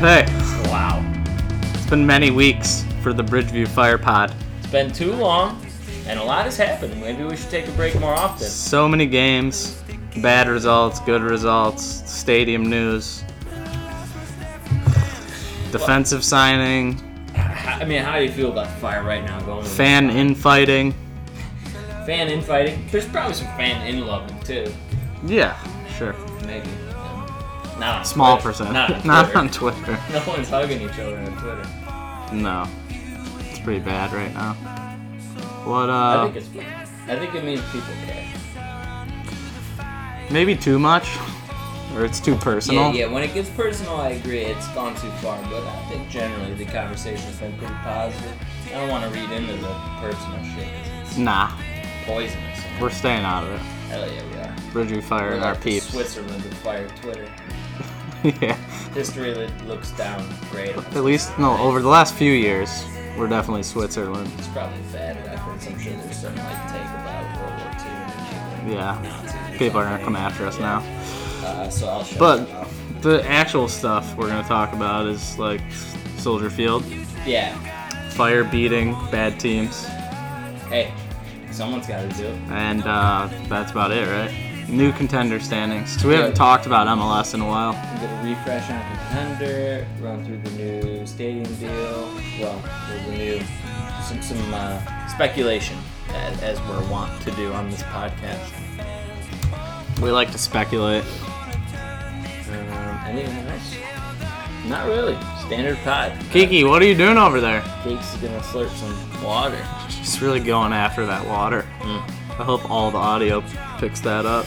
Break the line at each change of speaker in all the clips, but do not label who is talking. Hey,
Wow.
it's been many weeks for the Bridgeview Fire Pod.
It's been too long, and a lot has happened. Maybe we should take a break more often.
So many games, bad results, good results, stadium news, defensive signing,
I I mean, how do you feel about the fire right now going with
fan infighting.
fan infighting? There's probably some fan in loving too.
Yeah, sure.
Maybe. Not on
Small
Twitter.
percent.
Not on
Not
Twitter.
on Twitter.
No one's hugging each other on Twitter.
No. It's pretty bad right now. What,
I
uh,
think it's. I think it means people care.
maybe too much? Or it's too personal?
Yeah, yeah. When it gets personal, I agree. It's gone too far. But I think generally the conversation's been pretty positive. I don't want to read into the personal shit. 'cause
Nah,
It's poisonous.
we're staying out of it.
Hell yeah, we are.
Bridgeview Fire
We're
and our
like the
peeps.
Switzerland of fire Twitter.
yeah.
History li- looks down great.
At least, no, over the last few years, we're definitely Switzerland.
It's probably bad reference. I'm sure there's some like take about World War II and
Yeah.
Nazis or
People are gonna
something.
come after us
Yeah.
now.
Uh, so I'll shut
But
that off.
the actual stuff we're gonna talk about is like Soldier Field,
yeah.
fire beating bad teams,
Hey, someone's got to do it.
and uh, that's about it, right? New contender standings. So we haven't
Yeah.
talked about MLS in a while.
We did a refresh on contender, run through the new stadium deal. Well, there's a new some some uh, speculation as, as we're wont to do on this podcast.
We like to speculate.
Um, anything else? Not really. Standard pod.
Kiki, what are you doing over there?
Cake's gonna slurp some water.
Just really going after that water. I hope all the audio picks that up.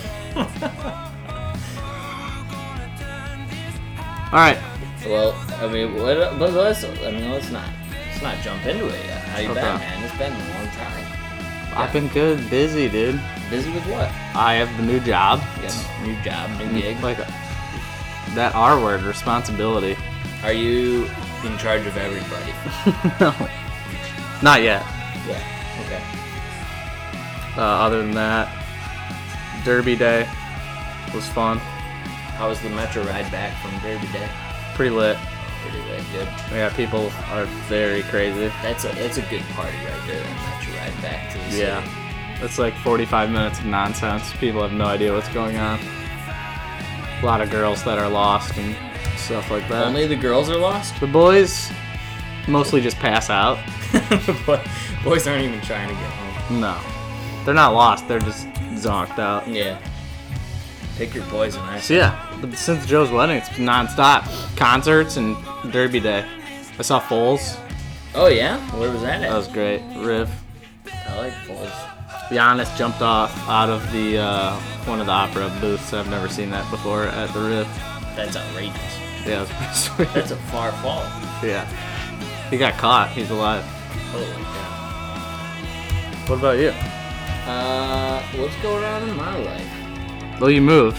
all right.
Well, I mean, what, but let's, I mean, let's not, let's not jump into it yet. How you
Okay.
been, man? It's been a long time.
I've been good, busy, dude.
Busy with what?
I have the new job.
You got a new job, new gig.
Mm, Like uh, that R word, responsibility.
Are you in charge of everybody?
no, not yet.
yeah. Okay.
Uh, other than that, Derby Day was fun,
How was the metro ride back from Derby Day?
pretty lit.
Pretty good. Good.
Yeah, people are very crazy.
That's a that's a good party right there. That metro ride back to the city.
Yeah, it's like 45 minutes of nonsense. People have no idea what's going on. A lot of girls that are lost and stuff like that.
Only the girls are lost.
the boys mostly just pass out.
Boy- Boys aren't even trying to get home.
No, they're not lost. They're just zonked out.
Yeah. Pick your poison. I
So yeah, but since Joe's wedding, it's been nonstop concerts and Derby Day. I saw Foles.
Oh yeah. Where was that at?
That was great. Riff.
I like Foles.
Giannis jumped off out of the uh, one of the opera booths. I've never seen that before at the Riff.
That's outrageous.
Yeah, it was pretty sweet.
That's a far fall.
yeah, he got caught. He's alive.
Holy cow.
What about you?
Uh, what's going on in my life?
Well, you moved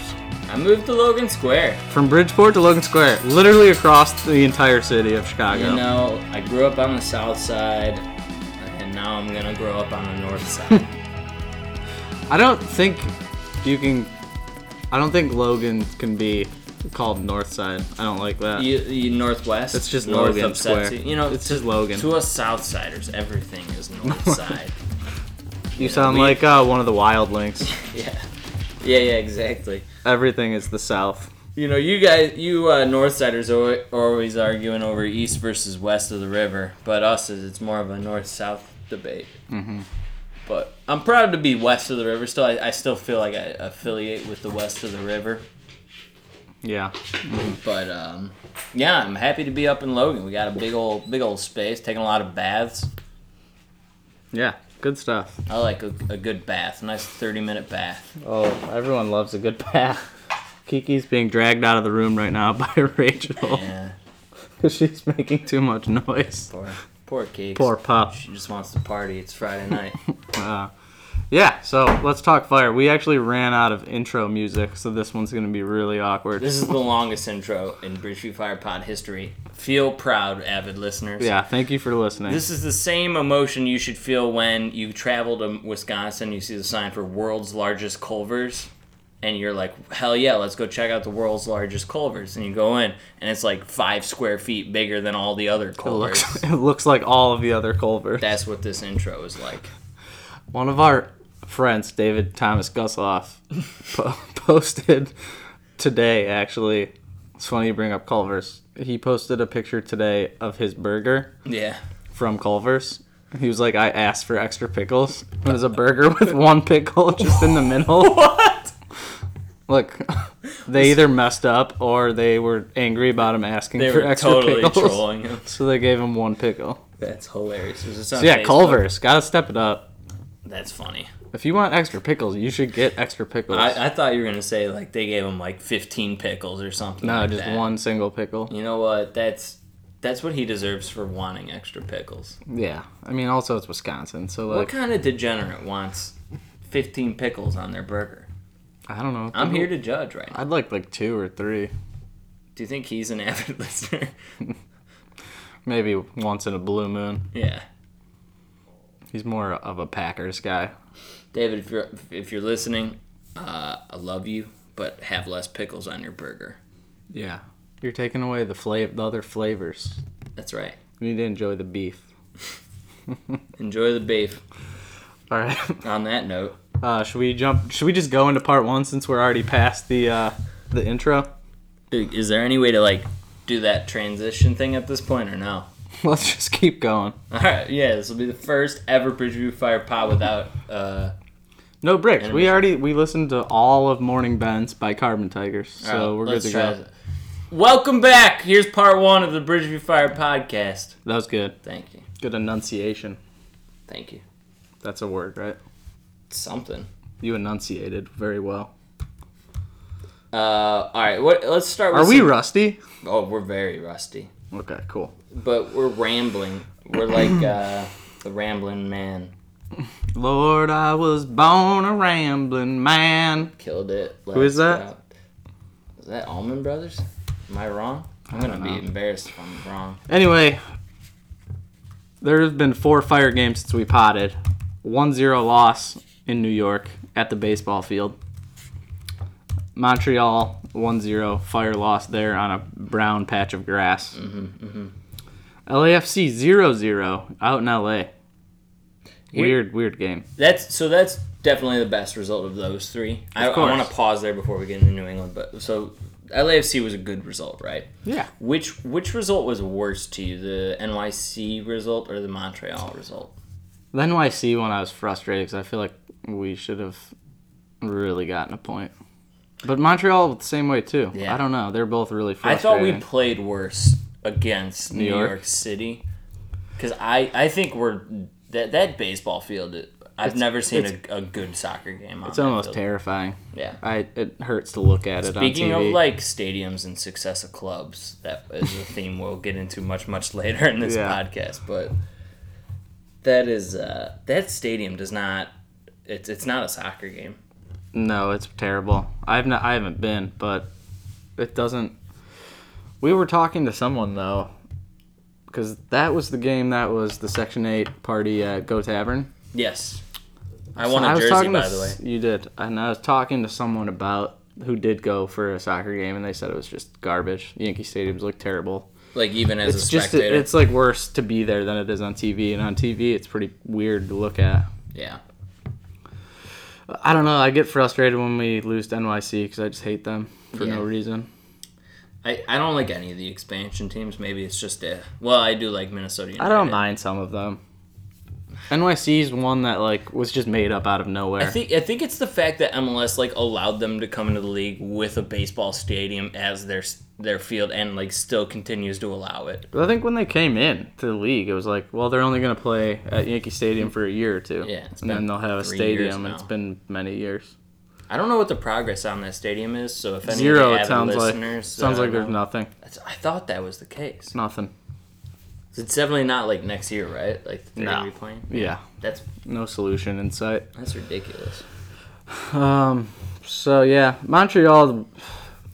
I moved to Logan Square.
from Bridgeport to Logan Square, literally across the entire city of Chicago.
You know, I grew up on the south side, and now I'm gonna grow up on the north side.
I don't think you can. I don't think Logan can be called Northside. I don't like that.
you, you northwest.
It's just
north
Logan
upsets
Square.
you. You know,
It's just Logan.
To us south siders, everything is north side.
You sound
we-
like uh, one of the wildlings.
yeah, yeah, yeah, exactly.
Everything is the South.
You know, you guys, you uh, north siders are, are always arguing over east versus west of the river, but us is it's more of a north south debate. Mm-hmm. But I'm proud to be west of the river. Still, I, I still feel like I affiliate with the west of the river.
Yeah.
But um, yeah, I'm happy to be up in Logan. We got a big old big old space. Taking a lot of baths.
Yeah. Good stuff.
I like a, a good bath. Nice 30 minute bath.
Oh, everyone loves a good bath. Kiki's being dragged out of the room right now by Rachel
Yeah.
because she's making too much noise.
Poor poor Keeks.
Poor pup.
She just wants to party. It's Friday night.
Uh, yeah, so let's talk fire. We actually ran out of intro music, so this one's going to be really awkward.
This is the longest intro in Bridgeview Fire Pod history. Feel proud, avid listeners.
Yeah, thank you for listening.
This is the same emotion you should feel when you travel to Wisconsin, you see the sign for world's largest Culver's, and you're like, hell yeah, let's go check out the world's largest Culver's. And you go in, and it's like five square feet bigger than all the other
It
Culver's.
looks, it looks like all of the other Culver.
That's what this intro is like.
One of our friends, David Thomas Gusloff, po- posted today, actually. It's funny you bring up Culver's. He posted a picture today of his burger
Yeah.
from Culver's. He was like, I asked for extra pickles. It was a burger with one pickle just in the middle.
What?
Look, they either messed up or they were angry about him asking
They
for
were
extra
totally
pickles.
trolling him.
So they gave him one pickle.
That's hilarious. Is this on
So yeah,
Facebook?
Culver's. Gotta step it up.
That's funny.
If you want extra pickles, you should get extra pickles.
I, I thought you were gonna say like they gave him like 15 pickles or something.
no,
like
just
that.
one single pickle.
You know what? That's that's what he deserves for wanting extra pickles.
Yeah. I mean, also, it's Wisconsin, so
What
like,
kind of degenerate wants 15 pickles on their burger?
I don't know.
I'm here to judge right now.
I'd like like two or three,
Do you think he's an avid listener?
maybe once in a blue moon.
yeah.
He's more of a Packers guy.
David, if you're if you're listening, uh, I love you, but have less pickles on your burger.
Yeah. You're taking away the flavor, the other flavors.
That's right.
You need to enjoy the beef.
Enjoy the beef.
All right.
On that note,
Uh, should we jump? Should we just go into part one since we're already past the uh, the intro?
is there any way to like do that transition thing at this point or no?
Let's just keep going.
All right, yeah, this will be the first ever Bridge Review Fire pod without. Uh,
No bricks. We
Animation.
already we listened to all of Morning Bends by Carbon Tigers, so
uh,
we're good
let's
to
try
go.
this. Welcome back. Here's part one of the Bridge Review Fire podcast.
That was good.
Thank you,
Good enunciation.
thank you.
That's a word, right?
Something.
You enunciated very well.
Uh, all right, what? Let's start. With
Are we
some-
rusty?
Oh, we're very rusty,
Okay, cool.
but we're rambling. We're like uh, the rambling man.
Lord, I was born a rambling man.
Killed it. Who
is that?
Is that Allman Brothers? Am I wrong? I'm
I
gonna
don't
be
know.
embarrassed if I'm wrong.
Anyway, there has been four fire games since we potted. 1-0 loss in New York at the baseball field. Montreal 1-0 fire loss there on a brown patch of grass. LAFC 0-0 out in LA. Weird, weird game.
That's so. That's definitely the best result of those three. I, I
course.
want to pause there before we get into New England, but so LAFC was a good result, right?
Yeah.
Which which result was worse to you, the NYC result or the Montreal result?
The NYC one I was frustrated because I feel like we should have really gotten a point. But Montreal the same way too.
Yeah.
I don't know. They're both really
I thought
frustrating.
we played worse against New,
York?
York. City because I I think we're that that baseball field. I've never seen a, a good soccer game. On
It's almost
terrible.
terrifying.
Yeah.
I it hurts to look at it
Speaking
on TV.
of like stadiums and success of clubs, that is a theme we'll get into much much later in this
Yeah.
podcast. But that is uh, that stadium does not. It's it's not a soccer game.
no, it's terrible. I've not I haven't been, but it doesn't We were talking to someone though cuz that was the game that was the section 8 party at Go Tavern.
Yes, I
So
won a
was
jersey
talking
by
to
the way.
s- You did, and I was talking to someone about who did go for a soccer game, and they said it was just garbage. Yankee stadiums look terrible.
Like even as a
It's just
spectator,
it's like worse to be there than it is on TV, and on TV it's pretty weird to look at.
yeah.
I don't know. I get frustrated when we lose to NYC because I just hate them for
Yeah.
no reason.
I, I don't like any of the expansion teams. Maybe it's just a well. I do like Minnesota. United.
I don't mind some of them. NYC's one that like was just made up out of nowhere.
I think I think it's the fact that MLS like allowed them to come into the league with a baseball stadium as their their field and like still continues to allow it.
I think when they came in to the league, it was like, well, they're only going to play at Yankee Stadium for a year or two.
Yeah, it's
and then
been
they'll have a
three years
stadium, and it's
now.
been many years.
I don't know what the progress on that stadium is, so if any of
Zero.
the
It
avid
sounds like
listeners,
sounds
uh,
like there's
know-
nothing.
That's- I thought that was the case.
Nothing.
It's definitely not like next year, right? Like they're
No.
gonna be playing.
Yeah,
That's
no solution in sight.
that's ridiculous.
Um. So yeah, Montreal.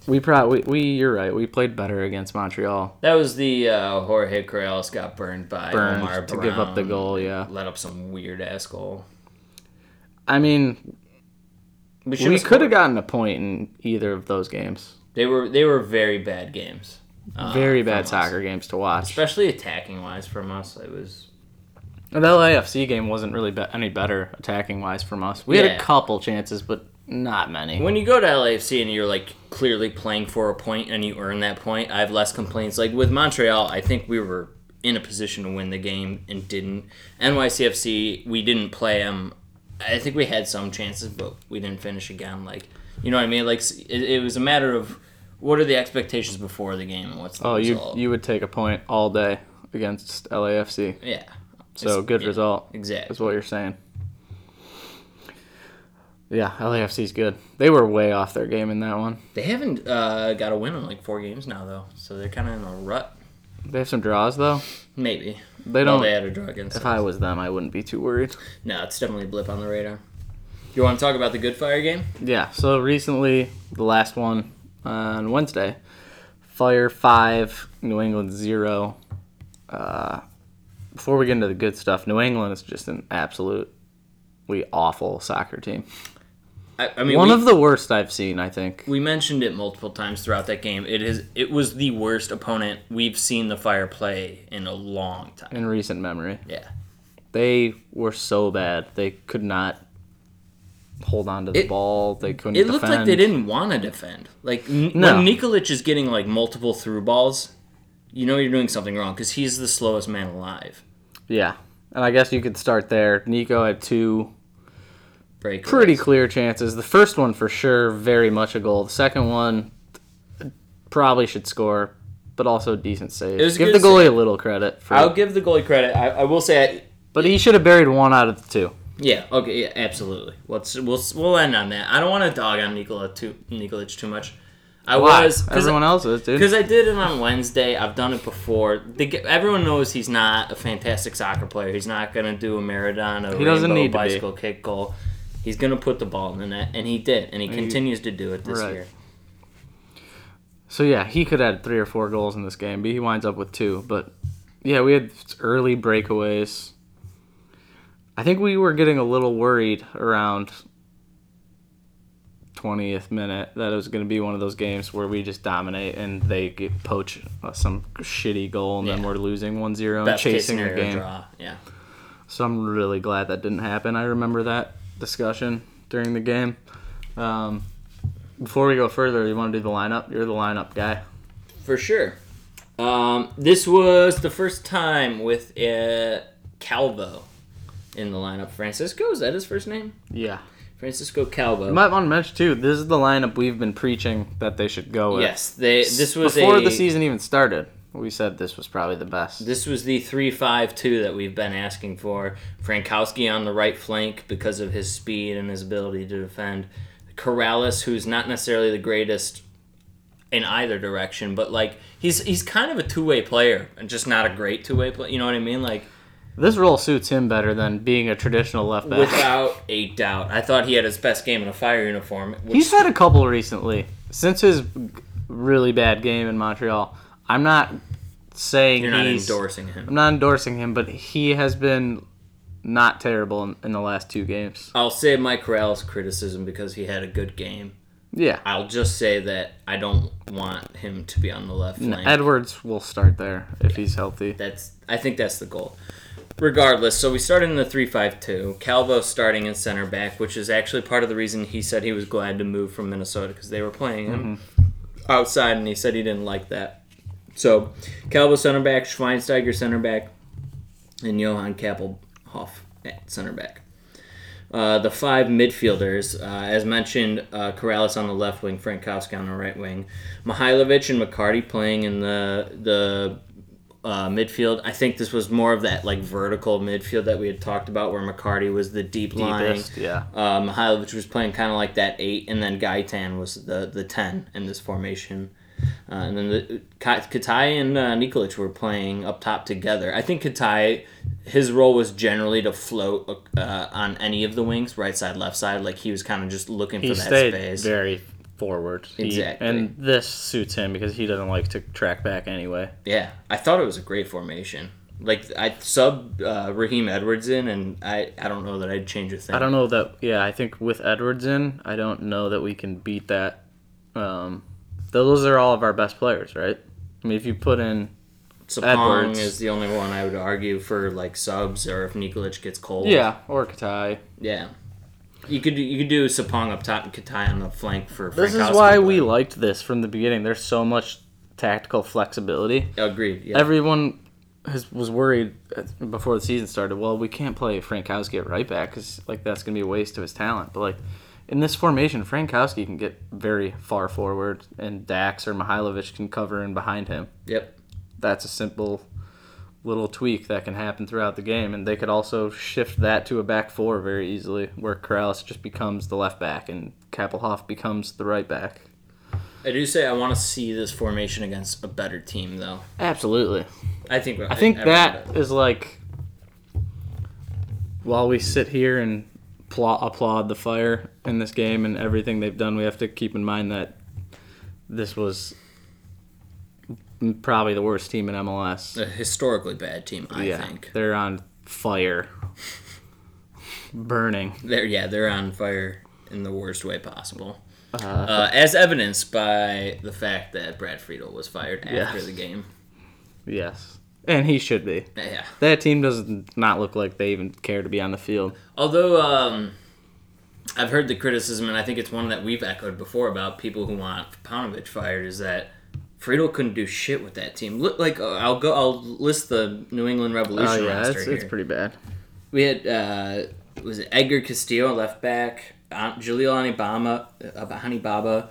We probably we, we you're right. We played better against Montreal.
That was the uh, Jorge Corrales got burned by
Burned
Omar
to give up the
Brown.
goal. Yeah.
Let up some weird ass goal.
I mean,
We,
We
should've
could
scored.
have gotten a point in either of those games.
They were they were very bad games. uh,
Very
from
bad
us.
soccer games to watch.
especially attacking wise from us. It was
The LAFC game wasn't really be- any better attacking wise from us. We had
Yeah.
a couple chances, but not many.
when you go to LAFC and you're like clearly playing for a point and you earn that point. I have less complaints. Like with Montreal, I think we were in a position to win the game and didn't. NYCFC, we didn't play them. I think we had some chances, but we didn't finish again. Like you know what I mean? Like it, it was a matter of what are the expectations before the game and what's the
oh, you
result.
you would take a point all day against LAFC.
yeah.
So
It's-
good
yeah,
result
Exactly.
is what you're saying. Yeah, LAFC's good. They were way off their game in that one.
They haven't uh, got a win in like four games now though, so they're kind of in a rut.
They have some draws though.
Maybe
They
Well,
don't.
they had a draw against.
if
us.
I was them, I wouldn't be too worried.
No, it's definitely a blip on the radar. You want to talk about the Good Fire game?
Yeah, so recently, the last one on Wednesday, Fire 5, New England 0. Uh, before we get into the good stuff, New England is just an absolutely awful soccer team.
I, I mean,
one
we,
of the worst I've seen, I think.
we mentioned it multiple times throughout that game. It is it was the worst opponent we've seen the Fire play in a long time.
in recent memory.
Yeah,
They were so bad. They could not hold on to the
It-
ball. They couldn't
it looked like they
defend.
didn't want to defend. Like n-
No.
when Nikolic is getting like multiple through balls, you know you're doing something wrong because he's the slowest man alive.
Yeah. And I guess you could start there. Nico had two
Break
pretty clear chances. The first one for sure, very much a goal. The second one probably should score, but also decent save.
It was a
Give the
good
goalie a little credit for
I'll give the goalie credit. I, I will say I,
But he should have buried one out of the two.
Yeah. Okay. Yeah. Absolutely. Let's we'll we'll end on that. I don't want to dog on Nikola too Nikolic too much. I
Why?
was
Everyone else is, dude.
because I did it on Wednesday. I've done it before. The, g- everyone knows he's not a fantastic soccer player. He's not gonna do a marathon, a
He doesn't
rainbow
need to be.
bicycle kick goal. He's gonna put the ball in the net, and he did, and he continues to do it this
Right.
year.
So yeah, he could have had three or four goals in this game, but he winds up with two. But yeah, we had early breakaways. I think we were getting a little worried around 20th minute that it was going to be one of those games where we just dominate and they get poach uh, some shitty goal and then
Yeah.
we're losing 1-0 and
Best case
chasing the
scenario
game.
draw. Yeah.
So I'm really glad that didn't happen. I remember that discussion during the game. Um, before we go further, you want to do the lineup? You're the lineup guy.
For sure. Um, this was the first time with uh, Calvo in the lineup. Francisco, is that his first name?
Yeah.
Francisco Calvo.
You might want to mention too. This is the lineup we've been preaching that they should go with.
yes, they, this was
before
a,
the season even started. We said this was probably the best.
This was the three-five-two that we've been asking for. Frankowski on the right flank because of his speed and his ability to defend. Corrales, who's not necessarily the greatest in either direction, but like he's he's kind of a two-way player and just not a great two-way player. You know what I mean? Like
This role suits him better than being a traditional left back.
Without a doubt. I thought he had his best game in a fire uniform. Which,
He's had a couple recently since his really bad game in Montreal. I'm not saying
you're not
he's,
endorsing him.
I'm not endorsing him, but he has been not terrible in, in the last two games.
I'll save Mike Corrales' criticism because he had a good game.
Yeah,
I'll just say that I don't want him to be on the left flank.
Edwards will start there if he's healthy.
That's I think that's the goal. Regardless, so we started in the three-five-two. Calvo starting in center back, which is actually part of the reason he said he was glad to move from Minnesota because they were playing him outside, and he said he didn't like that. So Calvo center back, Schweinsteiger center back, and Johan Kappelhoff at center back. Uh, the five midfielders, uh, as mentioned, uh, Corrales on the left wing, Frankowski on the right wing, Mihailovic and McCarty playing in the the uh, midfield. I think this was more of that like vertical midfield that we had talked about, where McCarty was the deep lying.
Deepest, yeah.
Uh, Mihailovic was playing kind of like that eight, and then Gaitan was the the ten in this formation. Uh, and then the, Ka- Katai and uh, Nikolic were playing up top together. I think Katai, his role was generally to float uh, on any of the wings, right side, left side. Like he was kind of just looking
he
for that
stayed
space.
very forward. He-
Exactly.
and this suits him because he doesn't like to track back anyway.
yeah, I thought it was a great formation. Like I sub uh, Raheem Edwards in, and I, I don't know that I'd change a thing.
I don't know that. Yeah, I think with Edwards in, I don't know that we can beat that. Um, those are all of our best players, right? I mean, if you put in,
Sapong
Edwards.
is the only one I would argue for like subs, or if Nikolic gets cold.
yeah, or Katai.
yeah. You could you could do Sapong up top and Katai on the flank for.
This is
Frankowski,
why
but-
we liked this from the beginning. There's so much tactical flexibility.
agreed. Yeah.
Everyone has, was worried at- before the season started. Well, we can't play Frankowski at right back because like that's gonna be a waste of his talent. But like in this formation, Frankowski can get very far forward, and Dax or Mihailovic can cover in behind him.
yep.
that's a simple little tweak that can happen throughout the game, and they could also shift that to a back four very easily, where Corrales just becomes the left back and Kapelhoff becomes the right back.
I do say I want to see this formation against a better team though.
Absolutely,
I think.
I think
everyone
that
does.
is like while we sit here and pla applaud the fire in this game and everything they've done, we have to keep in mind that this was probably the worst team in MLS.
a historically bad team. I think
They're on fire. Burning.
they're yeah they're on fire in the worst way possible.
Uh-huh.
Uh, as evidenced by the fact that Brad Friedel was fired after
Yes.
the game.
Yes. And he should be.
Yeah.
That team does not look like they even care to be on the field.
Although um, I've heard the criticism, and I think it's one that we've echoed before about people who want Panovich fired, is that Friedel couldn't do shit with that team. Look, like uh, I'll go, I'll list the New England
Oh,
Revolution
yeah.
roster
It's,
here.
it's pretty bad.
we had uh, was it Edgar Castillo left back, uh, Jaleel Anibama, uh, Hanibaba,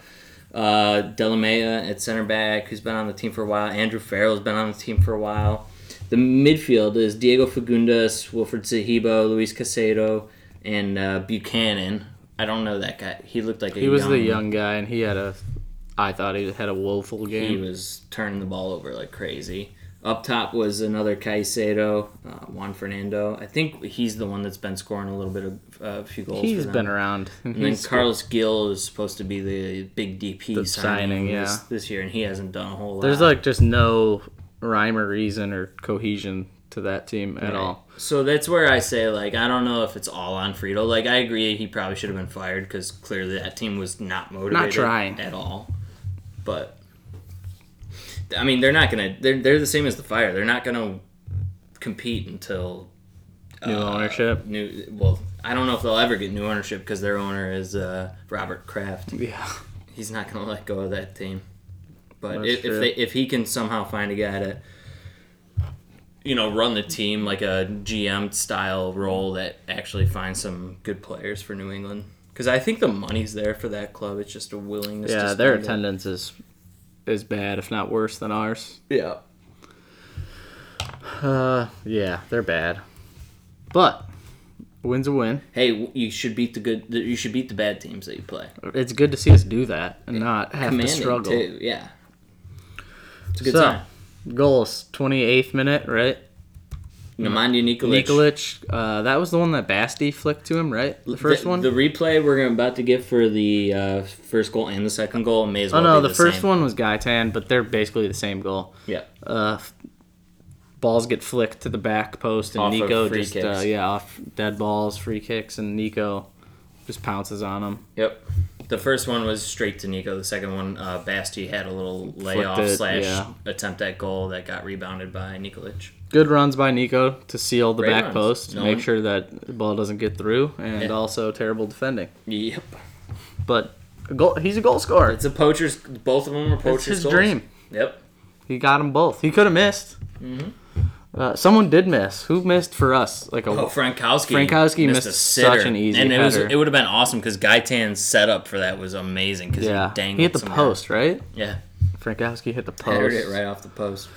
uh, Delamea at center back, who's been on the team for a while. Andrew Farrell's been on the team for a while. The midfield is Diego Fagundes, Wilfred Zahibo, Luis Casado, and uh, Buchanan. I don't know that guy. He looked like a
He was the
young-
young guy, and he had a. I thought he had a woeful
He
game.
was turning the ball over like crazy. Up top was another Caicedo, uh, Juan Fernando. I think he's the one that's been scoring a little bit of uh, a few goals.
He's
for them.
been around. and
And then
he's-
Carlos Gill is supposed to be the big DP
The
signing,
signing,
this,
yeah.
this year, and he hasn't done a whole
there's
lot.
like just no rhyme or reason or cohesion to that team at all.
So that's where I say, like, I don't know if it's all on Friedel. Like, I agree he probably should have been fired because clearly that team was not motivated
trying.
at all. But, I mean, they're not going to, they're, they're the same as the Fire. They're not going to compete until
New
uh,
ownership.
New, well, I don't know if they'll ever get new ownership because their owner is uh, Robert Kraft.
Yeah.
he's not going to let go of that team. But
That's
if, if
true.
they if he can somehow find a guy to, you know, run the team like a GM style role that actually finds some good players for New England, because I think the money's there for that club. It's just a willingness. to
Yeah, their
spend it.
attendance is is bad, if not worse than ours.
Yeah.
Uh, yeah, they're bad. But win's a win.
Hey, w- you should beat the good. You should beat the bad teams that you play.
It's good to see us do that and not have to
Commanding
struggle.
too. Yeah. It's a good
So,
time.
Goals, 28th minute, right?
Nemanja Nikolic.
mm-hmm. Nikolic, uh, that was the one that Basti flicked to him, right? The first
the,
one?
The replay we're about to get for the uh, first goal and the second goal may as
oh,
well.
no,
be
the,
the,
first
same.
one was Gaitan, but they're basically the same goal.
Yeah.
Uh, f- balls get flicked to the back post, and
Off of
Nico
free
just, uh,
kicks.
yeah, off dead balls, free kicks, and Nico just pounces on him.
Yep. The first one was straight to Nico. The second one, uh, Basti had a little layoff
it,
slash
yeah.
attempt at goal that got rebounded by Nikolic.
good runs by Nico to seal the
Great
back
runs.
post,
No
make
one-
sure that the ball doesn't get through, and
Yeah.
also terrible defending.
Yep.
But a goal, he's a goal scorer. It's,
It's a poacher's. Both of them were poacher's
his
goals.
dream.
Yep.
He got them both. He could have missed. Uh, someone did miss. Who missed for us? Like a
Mm-hmm. Oh, Frankowski.
Frankowski missed
a
such
sitter.
an easy
and it was
header.
it would have been awesome because Gaitan's setup for that was amazing because
yeah.
he
He,
dangled.
hit the
some-
post, right?
Yeah,
Frankowski hit the post.
heard it right off the post.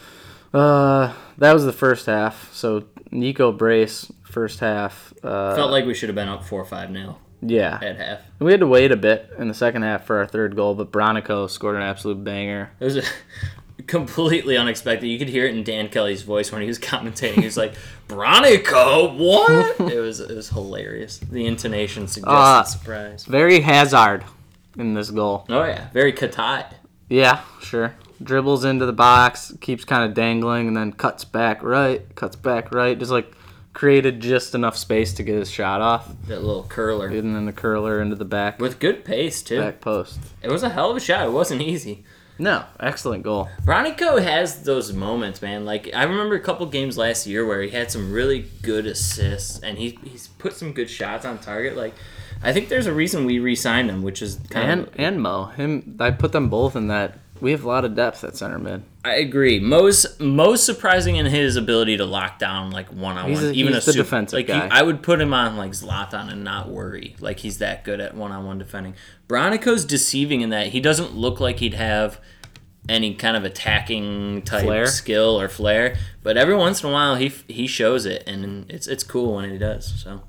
Uh, that was the first half. So Nico brace first half. Uh,
Felt like we should have been up four five nil
yeah.
at half.
We had to wait a bit in the second half for our third goal, but Bronico scored an absolute banger.
It was completely unexpected. You could hear it in Dan Kelly's voice when he was commentating. He was like, "Bronico, what?" it was it was hilarious. The intonation suggested
Uh,
surprise.
Very Hazard in this goal.
Oh yeah, very Katai.
Yeah, sure. dribbles into the box, keeps kind of dangling, and then cuts back right, cuts back right, just like created just enough space to get his shot off,
That little curler.
and then the curler into the back
With good pace, too.
back post.
It was a hell of a shot. It wasn't easy.
No, excellent goal.
Bronico has those moments, man. Like I remember a couple games last year where he had some really good assists and he he's put some good shots on target. Like I think there's a reason we re-signed him, which is kind
And
of
and Mo, him, I put them both in that. We have a lot of depth at center mid.
I agree. Most most surprising in his ability to lock down like one on
He's
one,
a-
even
he's
a
the
super,
defensive
like he-
guy.
I would put him on like Zlatan and not worry. Like he's that good at one on one defending. Bronico's deceiving in that he doesn't look like he'd have any kind of attacking type
Flair?
skill or flair, but every once in a while he f- he shows it, and it's it's cool when he does. So,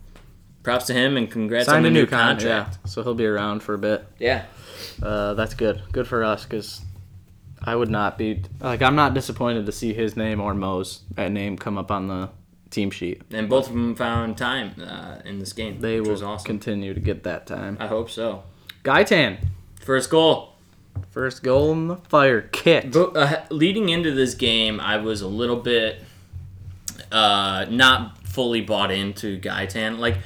props to him and congrats on
Signed
the
a
new,
new con-
contract.
yeah, so he'll be around for a bit.
Yeah.
Uh, that's good. Good for us because I would not be like I'm not disappointed to see his name or Mo's that name come up on the team sheet.
and both of them found time uh, in this game.
They
which
will
was awesome.
continue to get that time.
I hope so.
Gaitan,
First goal.
first goal in the fire kick.
But, uh, leading into this game, I was a little bit uh, not fully bought into Gaitan. Like,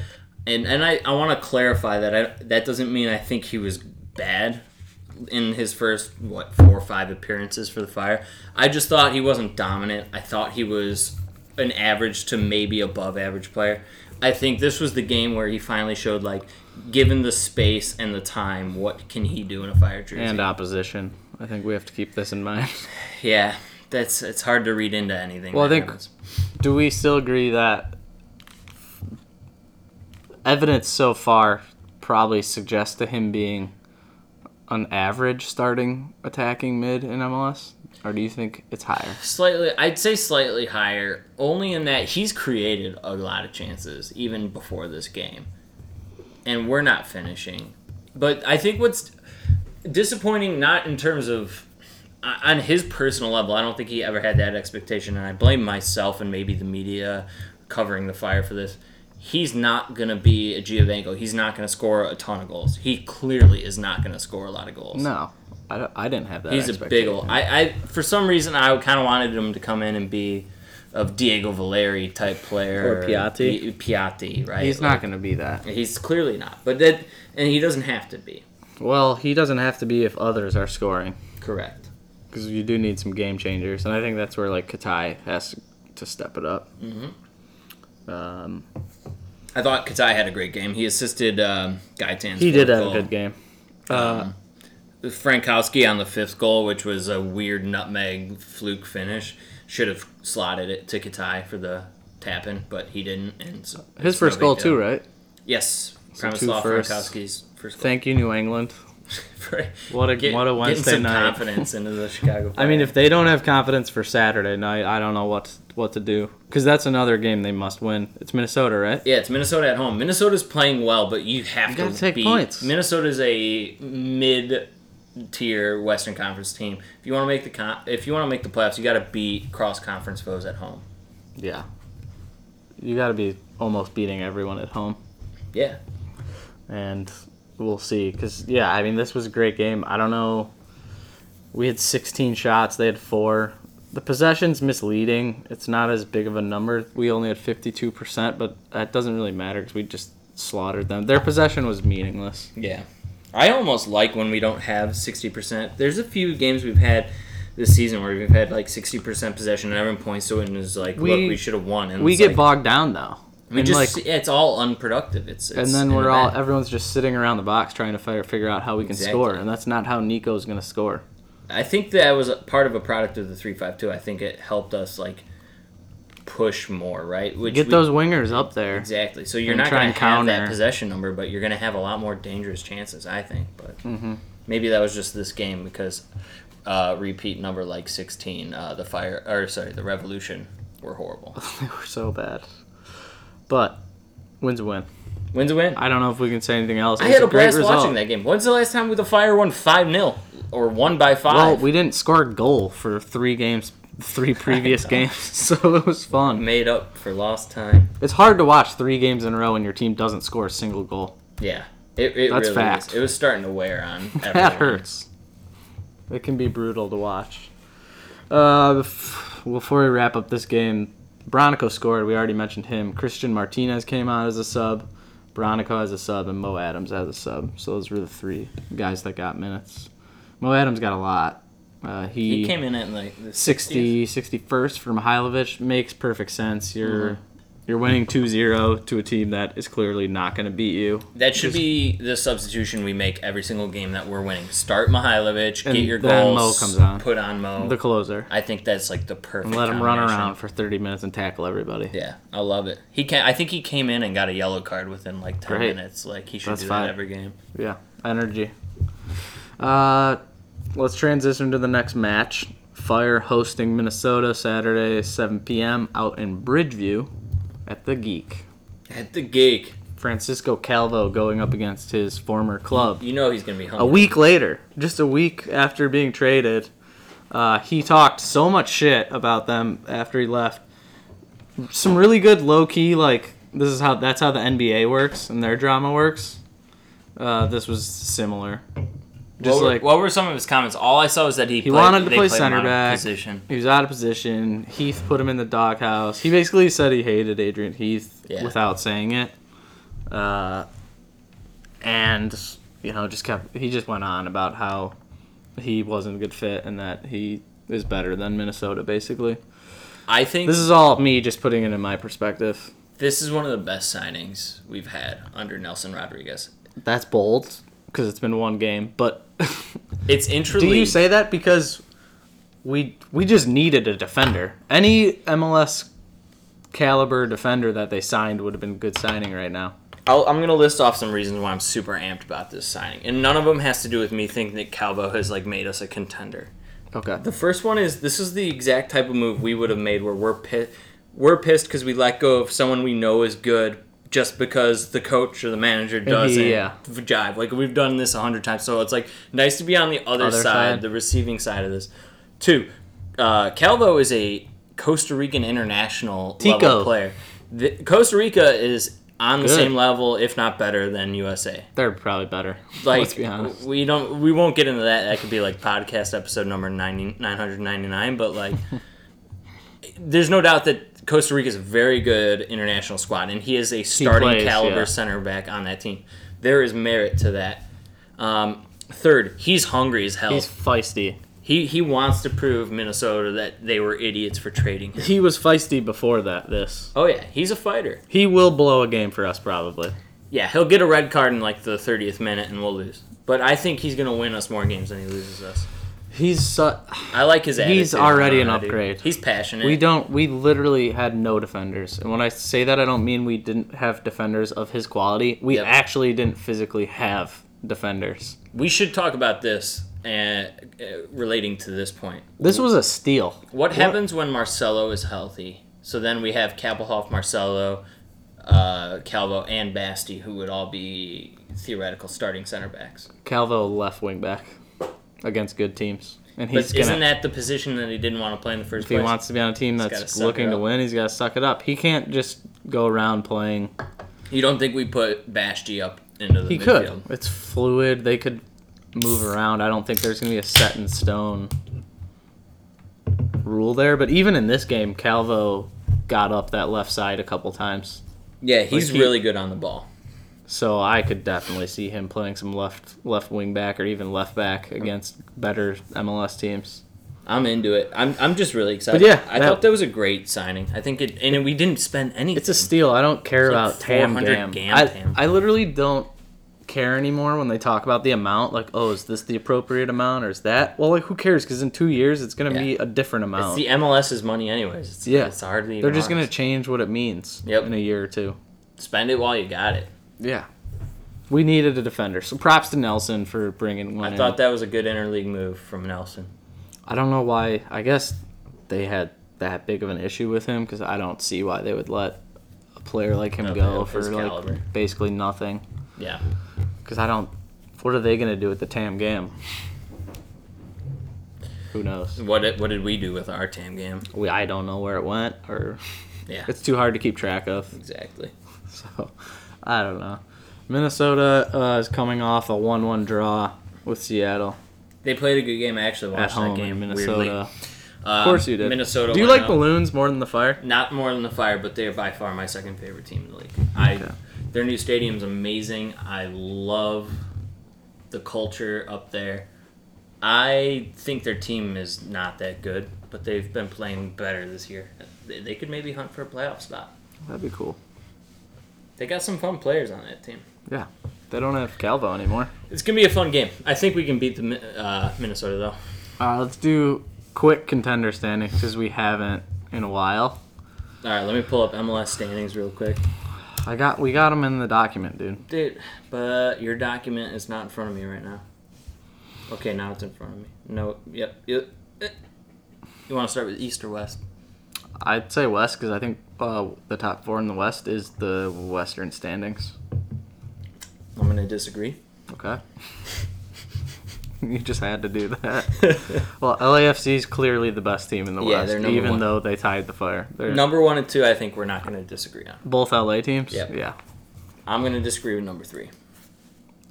and and I, I want to clarify that I, that doesn't mean I think he was bad in his first what four or five appearances for the Fire. I just thought he wasn't dominant. I thought he was an average to maybe above average player. I think this was the game where he finally showed like, given the space and the time, what can he do in a Fire jersey?
And opposition. I think we have to keep this in mind.
Yeah, that's it's hard to read into anything.
Well, I
that
think-
happens.
Do we still agree that evidence so far probably suggests to him being an average starting attacking mid in MLS? Or do you think it's higher?
slightly, I'd say slightly higher, only in that he's created a lot of chances even before this game, and we're not finishing. But I think what's disappointing, not in terms of uh, on his personal level, I don't think he ever had that expectation, and I blame myself and maybe the media covering the fire for this. He's not going to be a Giovenko. He's not going to score a ton of goals. He clearly is not going to score a lot of goals.
No, I, don't- I didn't have that.
He's a big old. I, I for some reason I kind of wanted him to come in and be of Diego Valeri type
Or
player
Piatti.
Pi- Piatti, right?
He's not going to be that.
Like, he's clearly not, but that and he doesn't have to be.
Well, he doesn't have to be if others are scoring,
Correct.
because you do need some game changers, and I think that's where like Katai has to step it up. Mm-hmm. Um,
I thought Katai had a great game. He assisted um, Gaitan's.
he did
fourth
have a
goal.
good game.
Um,
Uh,
Frankowski on the fifth goal, which was a weird nutmeg fluke finish, should have slotted it to Katai for the tap in, but he didn't. And so
his
it's no
first goal
big
too,
deal.
right?
Yes,
two
Pramislav
firsts.
Frankowski's first goal.
Thank you, New England.
for
What a- what a Wednesday
getting some
night.
confidence into the Chicago.
I mean,
Fire.
if they don't have confidence for Saturday night, I don't know what what to do, because that's another game they must win. It's Minnesota, right?
yeah, it's Minnesota at home. Minnesota's playing well, but you have
gotta
to
take
beat.
points.
Minnesota's a mid-tier Western Conference team. If you want to make the con- if you want to make the playoffs, you got to beat cross-conference foes at home.
Yeah. You got to be almost beating everyone at home.
Yeah,
and we'll see. Because yeah, I mean, this was a great game. I don't know. We had 16 shots. They had four. The possession's misleading. It's not as big of a number. We only had 52%, but that doesn't really matter because we just slaughtered them. Their possession was meaningless.
yeah. I almost like when we don't have sixty percent. There's a few games we've had this season where we've had like sixty percent possession and everyone points to it and is like,
We-
"Look, we should have won." And
We
it's
get
like,
bogged down though.
we
and,
just
like-
it's all unproductive. It's, it's
and then
in the
we're all
back.
everyone's just sitting around the box trying to figure, figure out how we can
Exactly.
score, and that's not how Nico's gonna score.
I think that was a part of a product of the three five two. I think it helped us like push more, right? Which
Get
we-
those wingers up there.
exactly. So you're
and
not
try
going
and
to have that
counter.
possession number, but you're going to have a lot more dangerous chances, I think. But maybe that was just this game because uh, repeat number like sixteen, uh, the fire or sorry, the revolution were horrible.
they were so bad. But wins a win.
Wins a win. I,
I don't know if we can say anything else. It was
had a
great
blast
result.
watching that game. When's the last time the fire won five 0 or one by five?
Well, we didn't score a goal for three games, three previous
know.
games, so it was fun.
made up for lost time.
It's hard to watch three games in a row when your team doesn't score a single goal.
Yeah, it, it
That's
really
fact.
was. It was starting to wear on.
That
everyone.
hurts. It can be brutal to watch. Uh, bef- before we wrap up this game, Bronico scored. We already mentioned him. Christian Martinez came on as a sub. Bronico as a sub and Mo Adams as a sub. So those were the three guys that got minutes. Mo Adams got a lot. Uh,
He came in at like the 60.
60 61st from Mihailovic makes perfect sense. You're
Mm-hmm.
you're winning 2-0 to a team that is clearly not going to beat you.
That should be the substitution we make every single game that we're winning. Start Mihailovic,
And
get your
then Mo
goals,
comes on.
put on Mo.
The closer.
I think that's like the perfect.
Let him run
combination.
around for 30 minutes and tackle everybody.
Yeah, I love it. He can. I think he came in and got a yellow card within like ten
Great.
minutes. Like he should
That's
do
fine.
that every game.
Yeah, energy. Uh, let's transition to the next match. Fire hosting Minnesota Saturday, 7 p.m. out in Bridgeview at the Geek.
At the geek,
Francisco Calvo going up against his former club.
you know he's gonna be
A
hungry.
week later, just a week after being traded, uh, he talked so much shit about them after he left. Some really good low key like this is how that's how the NBA works and their drama works. Uh, this was similar. Just
what, were,
like
what were some of his comments? All I saw was that he, played,
wanted to
they
play
played him
center
out of
back.
position.
he was out of position. Heath put him in the doghouse. He basically said he hated Adrian Heath
Yeah.
without saying it. Uh, and you know, just kept he just went on about how he wasn't a good fit and that he is better than Minnesota. Basically,
I think
this is all me just putting it in my perspective.
this is one of the best signings we've had under Nelson Rodriguez.
That's bold because it's been one game, but
It's interesting.
Do you say that because we we just needed a defender? Any MLS caliber defender that they signed would have been a good signing right now.
I'll, I'm going to list off some reasons why I'm super amped about this signing, and none of them has to do with me thinking that Calvo has like made us a contender.
Okay.
The first one is this is the exact type of move we would have made where we're pissed. We're pissed because we let go of someone we know is good just because the coach or the manager doesn't
yeah.
jive. Like we've done this a hundred times, so it's like nice to be on the other,
Other
side,
side.
the receiving side of this. Two, uh, Calvo is a Costa Rican international
Tico.
level player. The, Costa Rica is on the
Good.
same level, if not better, than USA
They're probably better.
like
let's be honest.
we don't we won't get into that that could be like podcast episode number 90, 999 but like there's no doubt that costa rica is a very good international squad and he is a starting
plays,
caliber
yeah.
center back on that team there is merit to that um, third he's hungry as hell
He's feisty.
he, he wants to prove minnesota that they were idiots for trading him
He was feisty before that. This
oh yeah he's a fighter
he will blow a game for us probably.
yeah he'll get a red card in like the 30th minute and we'll lose but i think he's going to win us more games than he loses us
He's su-
I like his attitude.
He's already an
Already.
upgrade.
He's passionate.
we don't we literally had no defenders. And when I say that I don't mean we didn't have defenders of his quality. We
Yep.
actually didn't physically have defenders.
we should talk about this and uh, relating to this point.
This was a steal.
What happens when Marcelo is healthy? So then we have Kabelhoff, Marcelo, uh, Calvo, and Basti, who would all be theoretical starting center backs.
Calvo left wing back against good teams, and
But
he's
isn't
gonna.
that the position that he didn't want to play in the first
if he
place?
wants to be on a team
gotta
that's
suck
looking
it
to
up.
win, he's got to suck it up. He can't just go around playing.
you don't think we put Basti up into the
He could.
midfield?
It's fluid. They could move around. I don't think there's gonna be a set in stone rule there. But even in this game, Calvo got up that left side a couple times,
Yeah, he's
Like he-
really good on the ball.
so I could definitely see him playing some left left wing back or even left back against better MLS teams.
I'm into it. I'm, I'm just really excited.
But yeah,
I
that-
thought that was a great signing. I think it, and we didn't spend anything.
It's a steal. I don't care
like
about Tam
400
Gam.
Gam Tam.
I, I literally don't care anymore when they talk about the amount. Like, oh, is this the appropriate amount or is that? Well, like, who cares? Because in two years, it's going to
Yeah.
be a different
It's
amount.
the MLS's money, anyways. It's,
Oh. Yeah.
it's hardly.
They're
even
just going to
ours.
change what it means
Yep.
in a year or two.
spend it while you got it.
Yeah. We needed a defender. So props to Nelson for bringing one
I
in.
thought that was a good interleague move from Nelson.
I don't know why. I guess they had that big of an issue with him because I don't see why they would let a player like him
No,
go
of
for
his caliber.
like basically nothing.
Yeah,
Because I don't. What are they going to do with the Tam Gam? Who knows?
what did, what did we do with our Tam game?
We, I don't know where it went, or
Yeah,
it's too hard to keep track of.
exactly.
So, I don't know. Minnesota uh, is coming off a 1 1 draw with Seattle
They played a good game. I actually
at
watched that
home
game.
in
Minnesota. Weirdly,
Minnesota.
Um,
Of course you did.
Minnesota.
Do you
went
like
up.
balloons more than the fire?
Not more than the Fire, but they are by far my second favorite team in the league. I
Okay.
their new stadium's amazing. I love the culture up there. I think their team is not that good, but they've been playing better this year. They, they could maybe hunt for a playoff spot.
That'd be cool.
They got some fun players on that team.
Yeah. They don't have Calvo anymore.
It's gonna be a fun game. I think we can beat the Mi- uh, Minnesota though.
Uh, let's do quick contender standings because we haven't in a while.
All right, let me pull up MLS standings real quick,
I got we got them in the document, dude.
dude. But your document is not in front of me right now. Okay, now it's in front of me. No, yep, yep. eh. You want to start with East or West?
I'd say West because I think uh, the top four in the West is the Western standings.
I'm gonna disagree.
Okay. you just had to do that. well, LAFC is clearly the best team in the
Yeah,
West,
they're number
even
one.
though they tied the fire. They're
Number one and two, I think we're not gonna disagree on.
both LA teams.
Yep.
Yeah.
I'm gonna disagree with number three.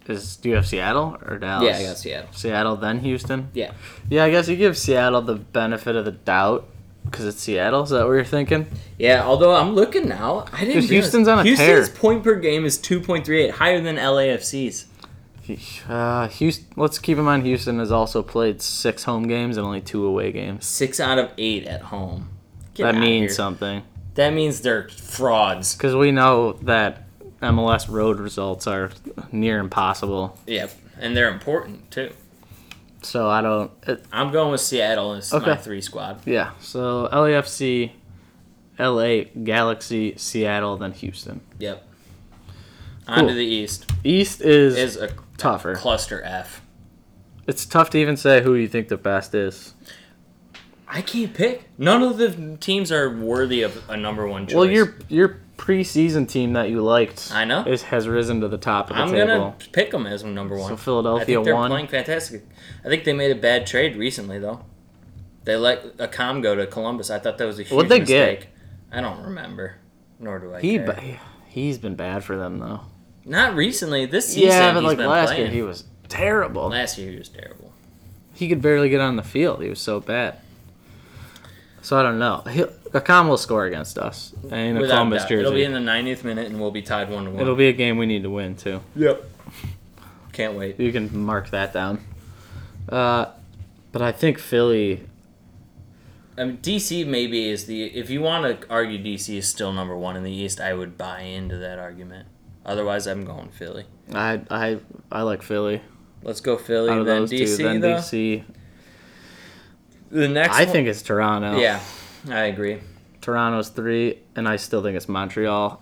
Is do you have Seattle or Dallas?
Yeah, I got Seattle.
Seattle then Houston.
Yeah,
Yeah, I guess you give Seattle the benefit of the doubt because it's Seattle. Is that what you're thinking?
yeah. Although I'm looking now, I didn't.
Dude,
realize-
Houston's on a
Houston's
tear.
point per game is 2.38, higher than LAFC's.
Uh, Houston. Let's keep in mind Houston has also played six home games and only two away games.
Six out of eight at home. Get
that
outta
means
here.
something
That means they're frauds.
because we know that MLS road results are near impossible.
Yep, and they're important too.
So I don't. It,
I'm going with Seattle as my
Okay.
three squad.
yeah. So LAFC, LA Galaxy, Seattle, then Houston.
Yep. On to
Cool.
the East
East is,
is a
tougher.
cluster F.
It's tough to even say who you think the best is.
I can't pick. None of the teams are worthy of a number one choice.
Well, your your preseason team that you liked,
I know.
is, has risen to the top of the
I'm
table.
gonna pick them as number one.
So Philadelphia
I think they're
won.
playing fantastic. I think they made a bad trade recently though. They let a com go to Columbus. I thought that was a huge
What'd they get?
mistake. I don't remember. Nor do I.
He
care.
ba- he's been bad for them though.
Not recently. This season.
Yeah, but
he's
like
been
last
playing.
year he was terrible.
Last year he was terrible.
He could barely get on the field. He was so bad. So I don't know. He'll, Akam will score against us in a
Without
Columbus
doubt.
jersey.
It'll be in the 90th minute and we'll be tied one to one.
a game we need to win too.
Yep. Can't wait.
You can mark that down. Uh, but I think Philly.
I mean, DC maybe is the if you want to argue DC is still number one in the East, I would buy into that argument. Otherwise, I'm going Philly.
I I I like Philly.
Let's go Philly
Out of
then
those
DC
two, then
though.
DC.
The next,
I
one-
think it's Toronto.
yeah, I agree.
Toronto's three, and I still think it's Montreal.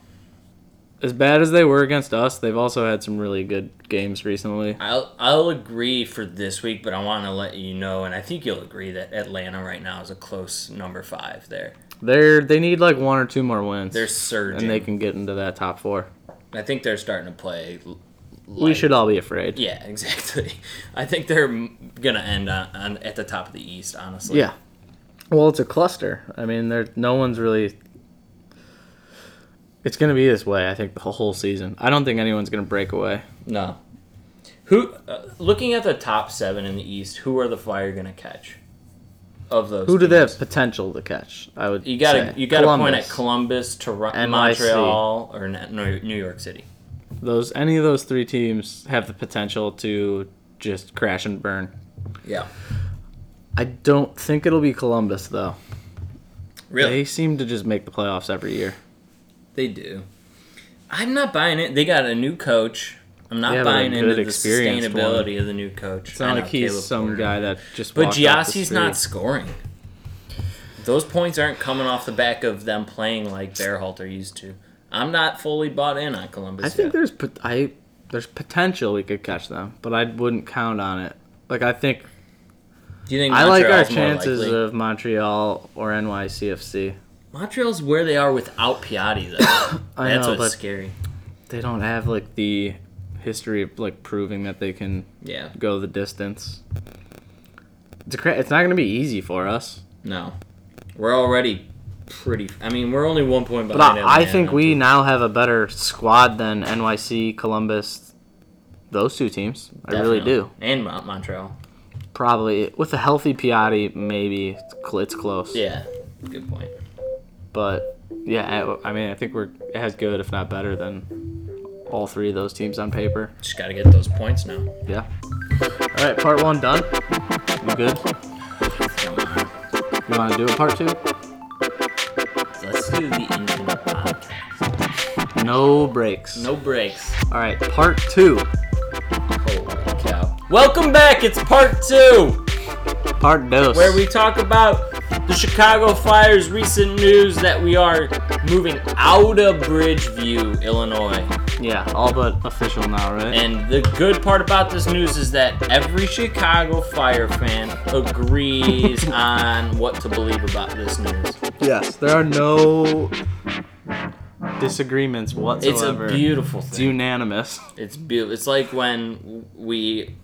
As bad as they were against us, they've also had some really good games recently.
I'll I'll agree for this week, but I want to let you know, and I think you'll agree that Atlanta right now is a close number five. There,
They're they need like one or two more wins.
they're surging.
and they can get into that top four.
I think they're starting to play. l-
we
like-
should all be afraid.
Yeah, exactly. I think they're m- gonna end on, on at the top of the East. Honestly.
Yeah. Well, it's a cluster. I mean, there no one's really. It's going to be this way. I think the whole season. I don't think anyone's going to break away.
No. Who? Uh, looking at the top seven in the East, who are the Fire gonna catch? Of those,
Who do they have
teams?
potential to catch? I would.
You gotta
say.
you gotta point at
Columbus.
Columbus, Toronto,
NYC.
Montreal, or Na- New New York City.
Those any of those three teams have the potential to just crash and burn.
Yeah.
I don't think it'll be Columbus though.
Really?
They seem to just make the playoffs every year.
They do. I'm not buying it. They got a new coach. I'm not
They have a
buying
good
into the
experienced
sustainability of the new coach.
It's not
I know,
like he's
Caleb
some
Porter.
guy that just.
But
walked off the
Giassi's
street.
not scoring. Those points aren't coming off the back of them playing like Bearhalter used to. I'm not fully bought in on Columbus.
I think
yet.
there's pot- I there's potential we could catch them, but I wouldn't count on it. Like I think
Do you think
I like our
Montreal's more
chances
likely?
of Montreal or NYCFC.
Montreal's where they are without Piatti though.
I
That's
know,
what's
but
scary.
they don't have like the history of like proving that they can
Yeah.
go the distance. It's, a cra- it's not going to be easy for us,
No. We're already pretty. I mean, we're only one point
but
behind.
I, I
Atlanta.
think we now have a better squad than NYC, Columbus, those two teams. I really
Definitely.
do.
And Mont- Montreal.
probably with a healthy Piatti, maybe it's cl- it's close.
Yeah, good point.
But yeah, I, I mean, I think we're as good, if not better, than all three of those teams on paper.
Just got to get those points now.
Yeah. All right, part one done. You good?
Come on.
You want to do a part two?
Let's do the infinite podcast.
No breaks.
No breaks.
All right, part two.
Holy cow. Welcome back. It's part two,
Part dos.
where we talk about the Chicago Fire's recent news that we are moving out of Bridgeview, Illinois.
Yeah, all but official now, right?
And the good part about this news is that every Chicago Fire fan agrees on what to believe about this news.
yes, there are no disagreements
It's
whatsoever.
a beautiful
It's
thing.
unanimous.
It's beautiful. It's like when we.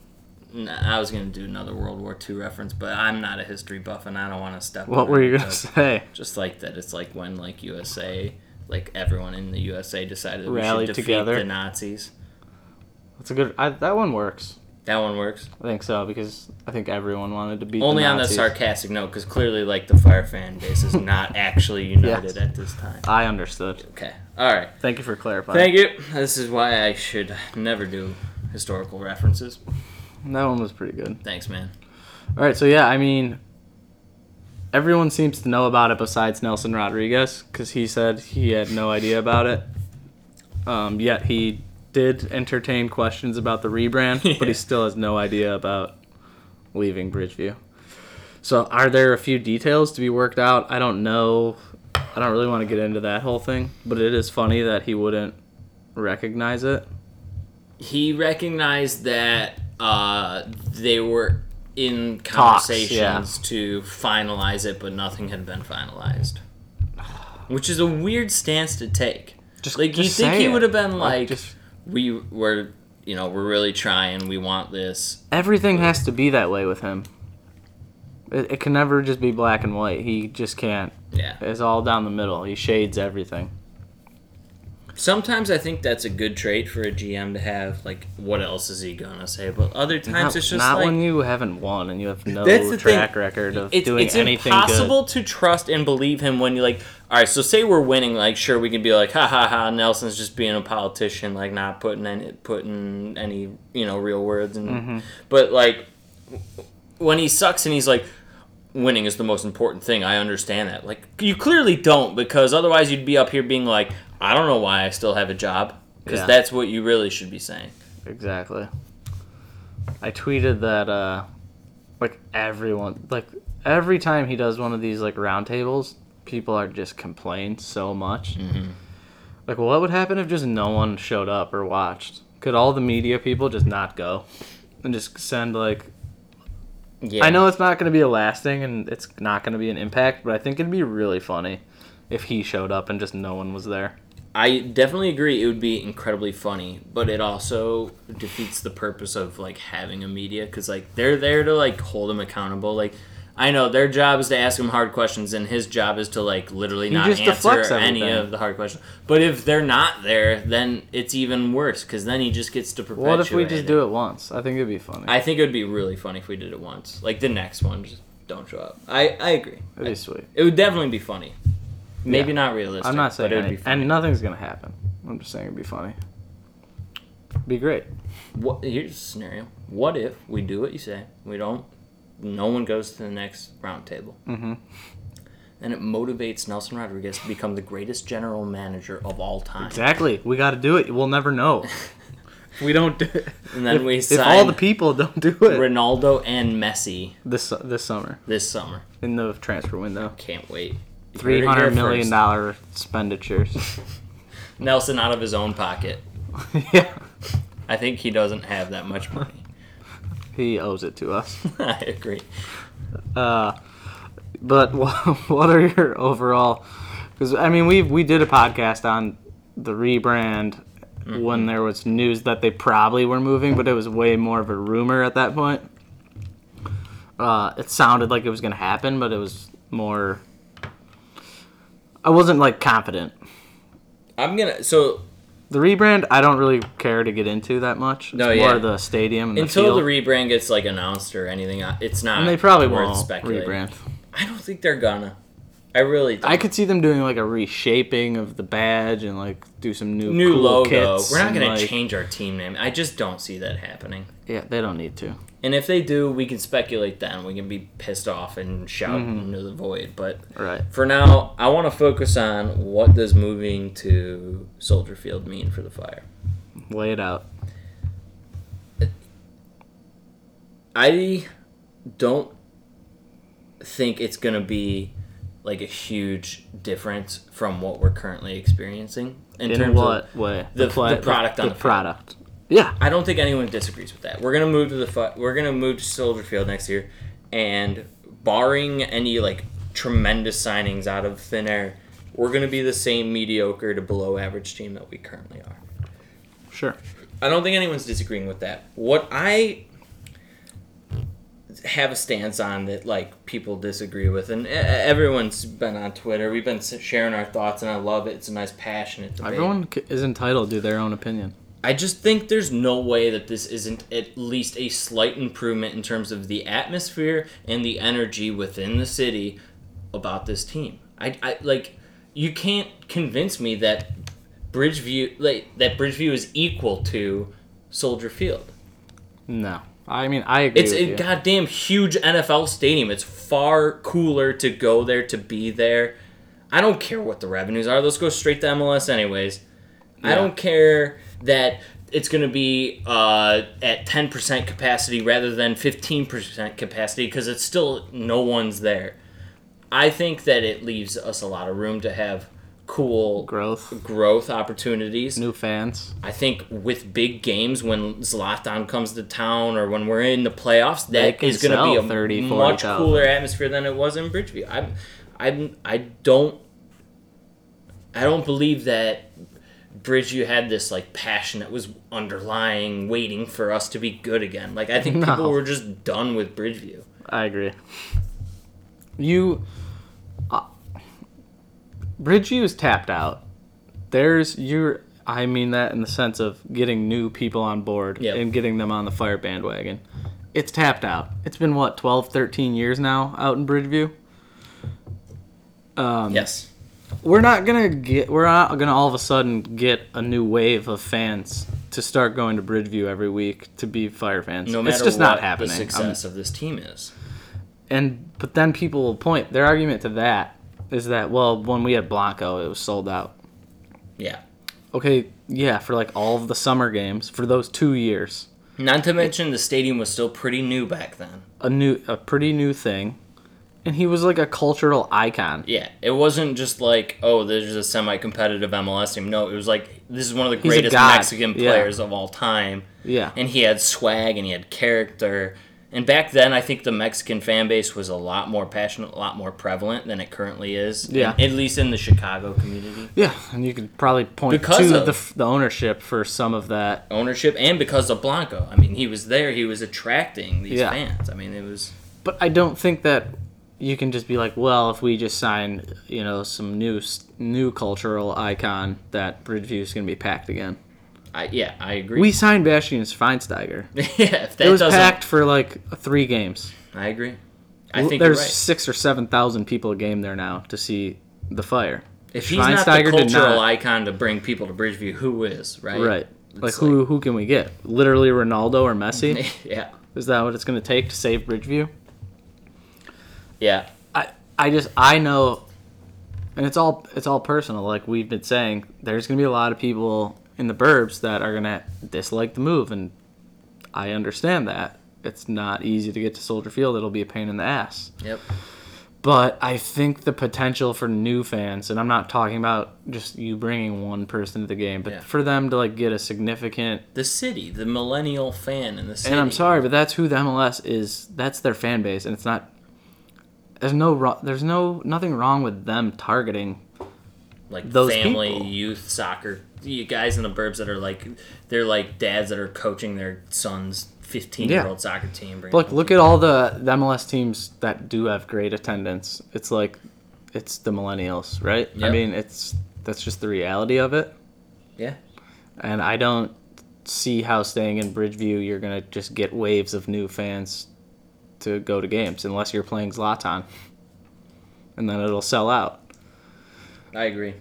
n- I was gonna do another World War II reference, but I'm not a history buff, and I don't want to step.
What
on
were you
it,
gonna
but
say?
Just like that, it's like when like USA, like everyone in the USA decided that we
Rallied
should defeat
together.
the Nazis.
That's a good. I, that one works.
That one works.
I think so because I think everyone wanted to beat.
Only
the
on the
Nazis.
sarcastic note, because clearly, like the fire fan base is not actually united
Yes.
at this time.
I understood.
Okay. All right.
Thank you for clarifying.
Thank you. This is why I should never do historical references.
that one was pretty good.
Thanks, man.
All right, so yeah, I mean, everyone seems to know about it besides Nelson Rodriguez because he said he had no idea about it. Um, yet he did entertain questions about the rebrand, but
Yeah.
he still has no idea about leaving Bridgeview. So, are there a few details to be worked out? I don't know. I don't really want to get into that whole thing, but it is funny that he wouldn't recognize it.
he recognized that uh, they were in
Talks,
conversations to finalize it, but nothing had been finalized, which is a weird stance to take.
Just
like you
just
think
say
he
it.
would have been like,
just-
we were, you know, we're really trying, we want this.
everything has to be that way with him. It, it can never just be black and white. He just can't.
Yeah.
It's all down the middle. He shades everything.
Sometimes I think that's a good trait for a GM to have. Like, what else is he gonna say? But other times
Not,
it's just
not
like
when you haven't won and you have no
That's the thing.
track record of
it's,
doing
it's
anything
impossible to trust and believe him when you like all right so say we're winning like sure we can be like ha ha ha nelson's just being a politician like not putting any putting any you know real words and
Mm-hmm.
but like when he sucks and he's like winning is the most important thing i understand that like you clearly don't because otherwise you'd be up here being like i don't know why i still have a job because
Yeah.
that's what you really should be saying
good. Exactly. I tweeted that uh like everyone like every time he does one of these like roundtables, people are just complaining so much.
Mm-hmm.
Like what would happen if just no one showed up or watched? Could all the media people just not go and just send like
yeah
I know it's not going to be a lasting and it's not going to be an impact, but I think it'd be really funny if he showed up and just no one was there.
I definitely agree. It would be incredibly funny, but it also defeats the purpose of like having a media because like they're there to like hold him accountable. Like I know their job is to ask him hard questions, and his job is to like literally not
just deflects
answer any
everything.
of the hard questions. But if they're not there, then it's even worse because then he just gets to perpetuate.
What if we just
it.
do it once? I think it'd be funny.
I think it would be really funny if we did it once. Like the next one, just don't show up. I I agree.
it'd be sweet.
It would definitely be funny. Maybe
Yeah.
not realistic.
I'm not
but
saying
it would be
any,
funny.
and nothing's going to happen. I'm just saying it'd be funny. Be great.
What here's a scenario. What if we do what you say? We don't. No one goes to the next round table. Mm-hmm. And it motivates Nelson Rodriguez to become the greatest general manager of all time.
Exactly. We got to do it. We'll never know. we don't do it.
And then
if,
we
if all
sign-
the people don't do it
Ronaldo and Messi
this su- this summer
this summer.
in the transfer window.
Can't wait. You heard it
Three
here
hundred million
first.
dollar expenditures.
Nelson out of his own pocket.
yeah,
I think he doesn't have that much money.
he owes it to us.
I agree.
But what, what are your overall? Because I mean, we we did a podcast on the rebrand
Mm-hmm.
when there was news that they probably were moving, but it was way more of a rumor at that point. Uh, it sounded like it was going to happen, but it was more. I wasn't like confident.
I'm gonna so
the rebrand, I don't really care to get into that much. It's
No,
more
yeah.
the stadium and
Until
the
the
field.
rebrand gets like announced or anything, I- it's not.
and they probably
worth
won't
speculating.
rebrand.
I don't think they're gonna. I really. Don't.
I could see them doing like a reshaping of the badge and like do some new
new
cool
logo.
Kits
We're not
and,
gonna
like-
change our team name. I just don't see that happening.
Yeah, they don't need to.
And if they do, we can speculate then. We can be pissed off and shout
Mm-hmm.
into the void. But
Right.
for now, I want to focus on what does moving to Soldier Field mean for the Fire.
Lay it out.
I don't think it's going to be like a huge difference from what we're currently experiencing in,
In
terms
what
of
way?
the-
play-
the product
The,
on
the
the field.
product. Yeah.
I don't think anyone disagrees with that. We're gonna move to the fu- we're gonna move to Soldier Field next year, and barring any like tremendous signings out of thin air, we're gonna be the same mediocre to below average team that we currently are.
Sure.
I don't think anyone's disagreeing with that. What I have a stance on that like people disagree with, and e- everyone's been on Twitter. We've been s- sharing our thoughts, and I love it. It's a nice passionate debate.
Everyone c- is entitled to their own opinion.
I just think there's no way that this isn't at least a slight improvement in terms of the atmosphere and the energy within the city about this team. I, I like you can't convince me that Bridgeview like that Bridgeview is equal to Soldier Field.
No. I mean, I agree
It's
with
a
you.
goddamn huge NFL stadium. It's far cooler to go there to be there. I don't care what the revenues are. Let's go straight to MLS anyways. I
Yeah.
don't care that it's going to be uh, at 10% capacity rather than 15% capacity because it's still no one's there. I think that it leaves us a lot of room to have cool
Growth.
growth opportunities.
New fans.
I think with big games when Zlatan comes to town or when we're in the playoffs,
They
that
can
is going
sell
to be a
30,
much
40,000.
cooler atmosphere than it was in Bridgeview. I'm, I'm, I don't, I don't believe that Bridgeview had this like passion that was underlying, waiting for us to be good again. Like I think
No.
people were just done with Bridgeview.
I agree. You, uh, Bridgeview is tapped out. There's your. I mean that in the sense of getting new people on board
Yep.
and getting them on the fire bandwagon. It's tapped out. It's been what 12, 13 years now out in Bridgeview. Um,
yes,
We're not gonna get. We're not gonna all of a sudden get a new wave of fans to start going to Bridgeview every week to be fire fans.
no matter
it's just
what
not happening. Um,
the
I'm-
success of this team is.
and but then people will point their argument to that is that well when we had Blanco it was sold out.
Yeah.
Okay, yeah, for like all of the summer games for those two years,
Not to mention the stadium was still pretty new back then.
a new a pretty new thing, and he was like a cultural icon.
Yeah, it wasn't just like, oh, there's a semi-competitive MLS team. No, it was like this is one of the
a
greatest
god,
Mexican
yeah.
players of all time,
Yeah,
and he had swag and he had character. And back then, I think the Mexican fan base was a lot more passionate, a lot more prevalent than it currently is.
Yeah.
at least in the Chicago community,
yeah, and you could probably point
Because
to
of-
the, f- the ownership for some of that.
ownership, and because of Blanco. I mean, he was there; he was attracting these
Yeah.
fans. I mean, it was
But I don't think that you can just be like, well, if we just sign, you know, some new s- new cultural icon, that Bridgeview is going to be packed again.
I, yeah, I agree.
We signed Bastian Schweinsteiger.
yeah, if that
It was
doesn't,
packed for like three games.
I agree. I think
There's
you're right.
six or seven thousand people a game there now to see the fire.
If he's not the
Schweinsteiger did
cultural
not-
icon to bring people to Bridgeview, who is, right?
Right.
It's
Like who who can we get? Literally Ronaldo or Messi?
yeah.
Is that what it's gonna take to save Bridgeview?
Yeah.
I I just I know and it's all it's all personal, like we've been saying, there's gonna be a lot of people in the burbs that are gonna dislike the move and I understand that. It's not easy to get to Soldier Field, it'll be a pain in the ass.
Yep.
but I think the potential for new fans, and I'm not talking about just you bringing one person to the game, but
Yeah.
for them to like get a significant.
The city, the millennial fan in the city.
And I'm sorry, but that's who the MLS is. That's their fan base, and it's not. There's no wrong. There's no nothing wrong with them targeting.
Like
those
family,
people.
youth, soccer, you guys in the burbs that are like, they're like dads that are coaching their son's 15 year old soccer team. bringing
Look,
them
look at all the, the MLS teams that do have great attendance. It's like, it's the millennials, right? I
Yep.
mean, it's that's just the reality of it.
Yeah.
and I don't see how staying in Bridgeview you're gonna just get waves of new fans to go to games unless you're playing Zlatan, and then it'll sell out.
I agree.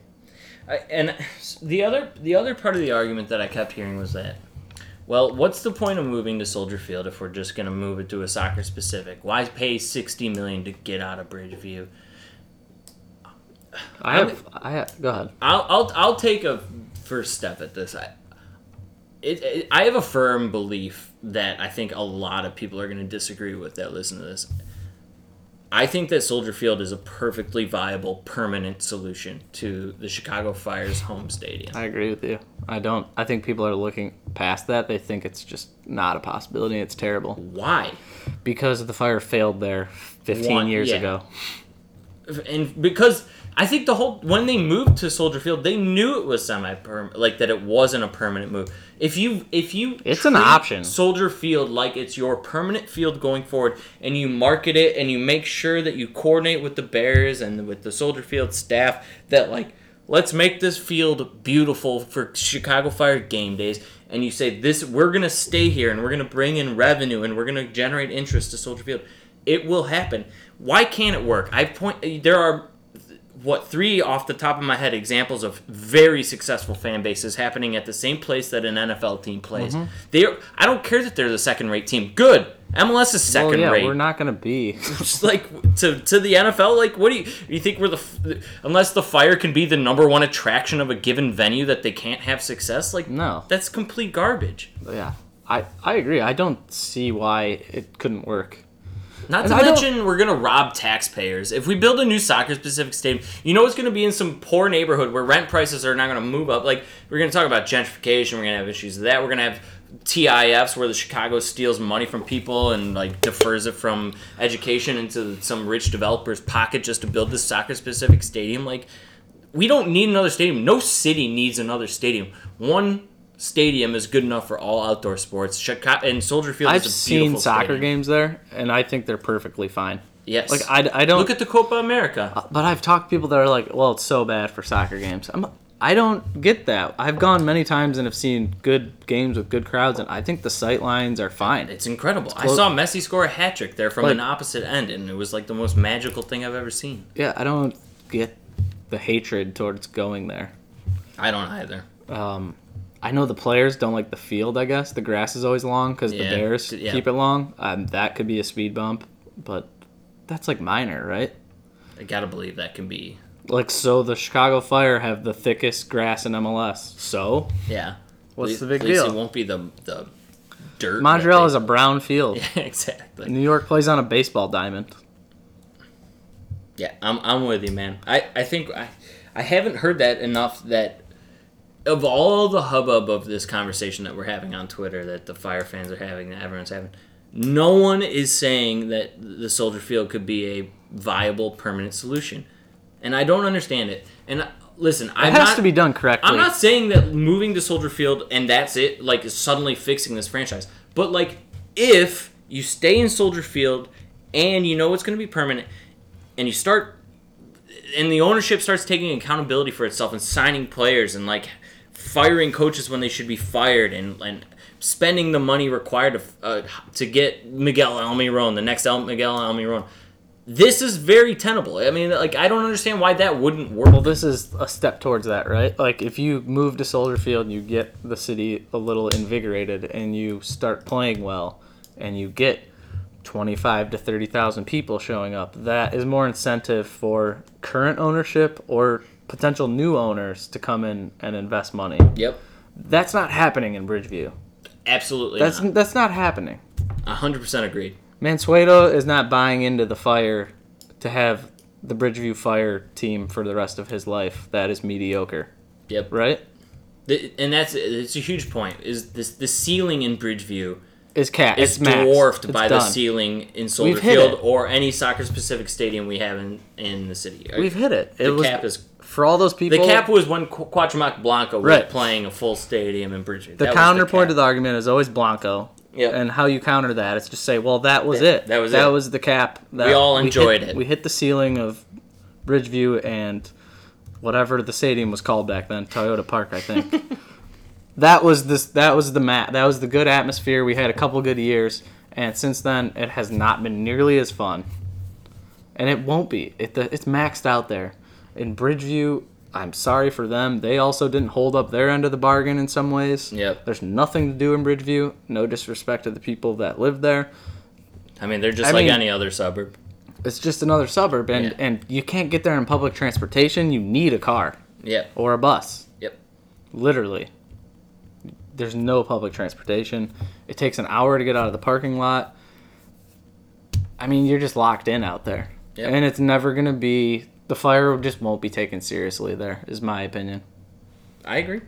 I, and the other the other part of the argument that I kept hearing was that, well, what's the point of moving to Soldier Field if we're just going to move it to a soccer specific? Why pay sixty million to get out of Bridgeview?
I have I have, go ahead.
I'll I'll, I'll take a first step at this. I, it, it, I have a firm belief that I think a lot of people are going to disagree with that listen to this. I think that Soldier Field is a perfectly viable permanent solution to the Chicago Fire's home stadium.
I agree with you. I don't. I think people are looking past that. They think it's just not a possibility. It's terrible
Why?
because the fire failed there 15
One-
years
yeah.
ago.
And because I think the whole when they moved to Soldier Field, they knew it was semi perm like that it wasn't a permanent move. If you if you
It's an
treat
option.
Soldier Field like it's your permanent field going forward and you market it and you make sure that you coordinate with the Bears and with the Soldier Field staff that like let's make this field beautiful for Chicago Fire game days and you say this we're going to stay here and we're going to bring in revenue and we're going to generate interest to Soldier Field. It will happen. Why can't it work? I point there are what three off the top of my head examples of very successful fan bases happening at the same place that an NFL team plays.
Mm-hmm.
They are, I don't care that they're the second rate team. Good. MLS is
Oh
second
yeah,
rate.
we're not gonna be.
Just like to to the NFL, like what do you you think we're the f- unless the fire can be the number one attraction of a given venue that they can't have success? Like
No.
that's complete garbage.
yeah, I I agree. I don't see why it couldn't work.
Not
And
to
I don't-
mention, we're gonna rob taxpayers if we build a new soccer-specific stadium. You know, it's gonna be in some poor neighborhood where rent prices are not gonna move up. Like we're gonna talk about gentrification. We're gonna have issues with that. We're gonna have TIFs where the Chicago steals money from people and like defers it from education into some rich developer's pocket just to build this soccer-specific stadium. Like we don't need another stadium. No city needs another stadium. One stadium is good enough for all outdoor sports. Chicago and Soldier Field.
I've
is a
seen
beautiful
soccer
stadium.
games there, and I think they're perfectly fine.
Yes.
Like I, I don't.
Look at the Copa America.
But I've talked to people that are like, "Well, it's so bad for soccer games." I'm, I don't get that. I've gone many times and have seen good games with good crowds, and I think the sight lines are fine.
It's incredible. I
close.
saw Messi score a hat trick there from
Like-
an opposite end, and it was like the most magical thing I've ever seen.
yeah, I don't get the hatred towards going there.
I don't either.
Um, I know the players don't like the field. I guess the grass is always long because
Yeah,
the Bears
yeah.
keep it long. Um, that could be a speed bump, but that's like minor, right?
I gotta believe that can be.
Like so, the Chicago Fire have the thickest grass in MLS. So
Yeah.
What's
At-
the big
at least
deal?
It won't be the the dirt.
Montreal is
that
a brown field.
they- exactly.
New York plays on a baseball diamond.
Yeah, I'm, I'm with you, man. I, I think I, I haven't heard that enough that of all the hubbub of this conversation that we're having on Twitter, that the Fire fans are having, that everyone's having, no one is saying that the Soldier Field could be a viable permanent solution. And I don't understand it. And uh, listen,
It
I'm
has
not,
to be done correctly.
I'm not saying that moving to Soldier Field and that's it, like, is suddenly fixing this franchise. But, like, if you stay in Soldier Field and you know it's going to be permanent and you start, and the ownership starts taking accountability for itself and signing players and, like, firing coaches when they should be fired and, and spending the money required to, uh, to get Miguel Almiron, the next El- Miguel Almiron. This is very tenable. I mean, like, I don't understand why that wouldn't work.
well, this is a step towards that, right? Like, if you move to Soldier Field, you get the city a little invigorated, and you start playing well, and you get twenty-five to thirty thousand people showing up. That is more incentive for current ownership or potential new owners to come in and invest money.
Yep.
That's not happening in Bridgeview.
Absolutely.
That's
not.
that's not happening.
A hundred percent agreed.
Mansueto is not buying into the fire to have the Bridgeview Fire team for the rest of his life. That is mediocre,
Yep.
right?
Th- And that's it's a huge point. Is this the ceiling in Bridgeview
Is cat?
is
It's maxed.
dwarfed
It's
by the
done.
ceiling in Soldier
We've hit
Field
it.
or any soccer specific stadium we have in, in the city.
We've hit it. It
the
was
cap is
for all those
the
people.
cap was when Qu- Cuauhtemoc Blanco was
Right.
playing a full stadium in Bridgeview.
The
That was
counterpoint
cap.
to the argument is always Blanco.
Yep.
And how you counter that is just say, well, that was it.
that was
That
it.
was the cap. That
We all enjoyed
hit,
it.
We hit the ceiling of Bridgeview and whatever the stadium was called back then, Toyota Park, I think. that was this that was the mat that was the good atmosphere. We had a couple good years, and since then it has not been nearly as fun, and it won't be. It the, it's maxed out there. In Bridgeview, I'm sorry for them. They also didn't hold up their end of the bargain in some ways.
Yep.
There's nothing to do in Bridgeview. No disrespect to the people that live there.
I mean, they're just
I
like
mean-
any other suburb.
It's just another suburb, and,
Yeah.
and you can't get there in public transportation. You need a car
Yep.
or a bus.
Yep.
literally there's no public transportation it takes an hour to get out of the parking lot i mean you're just locked in out there
Yep.
and it's never going to be the fire just won't be taken seriously there is my opinion
I agree.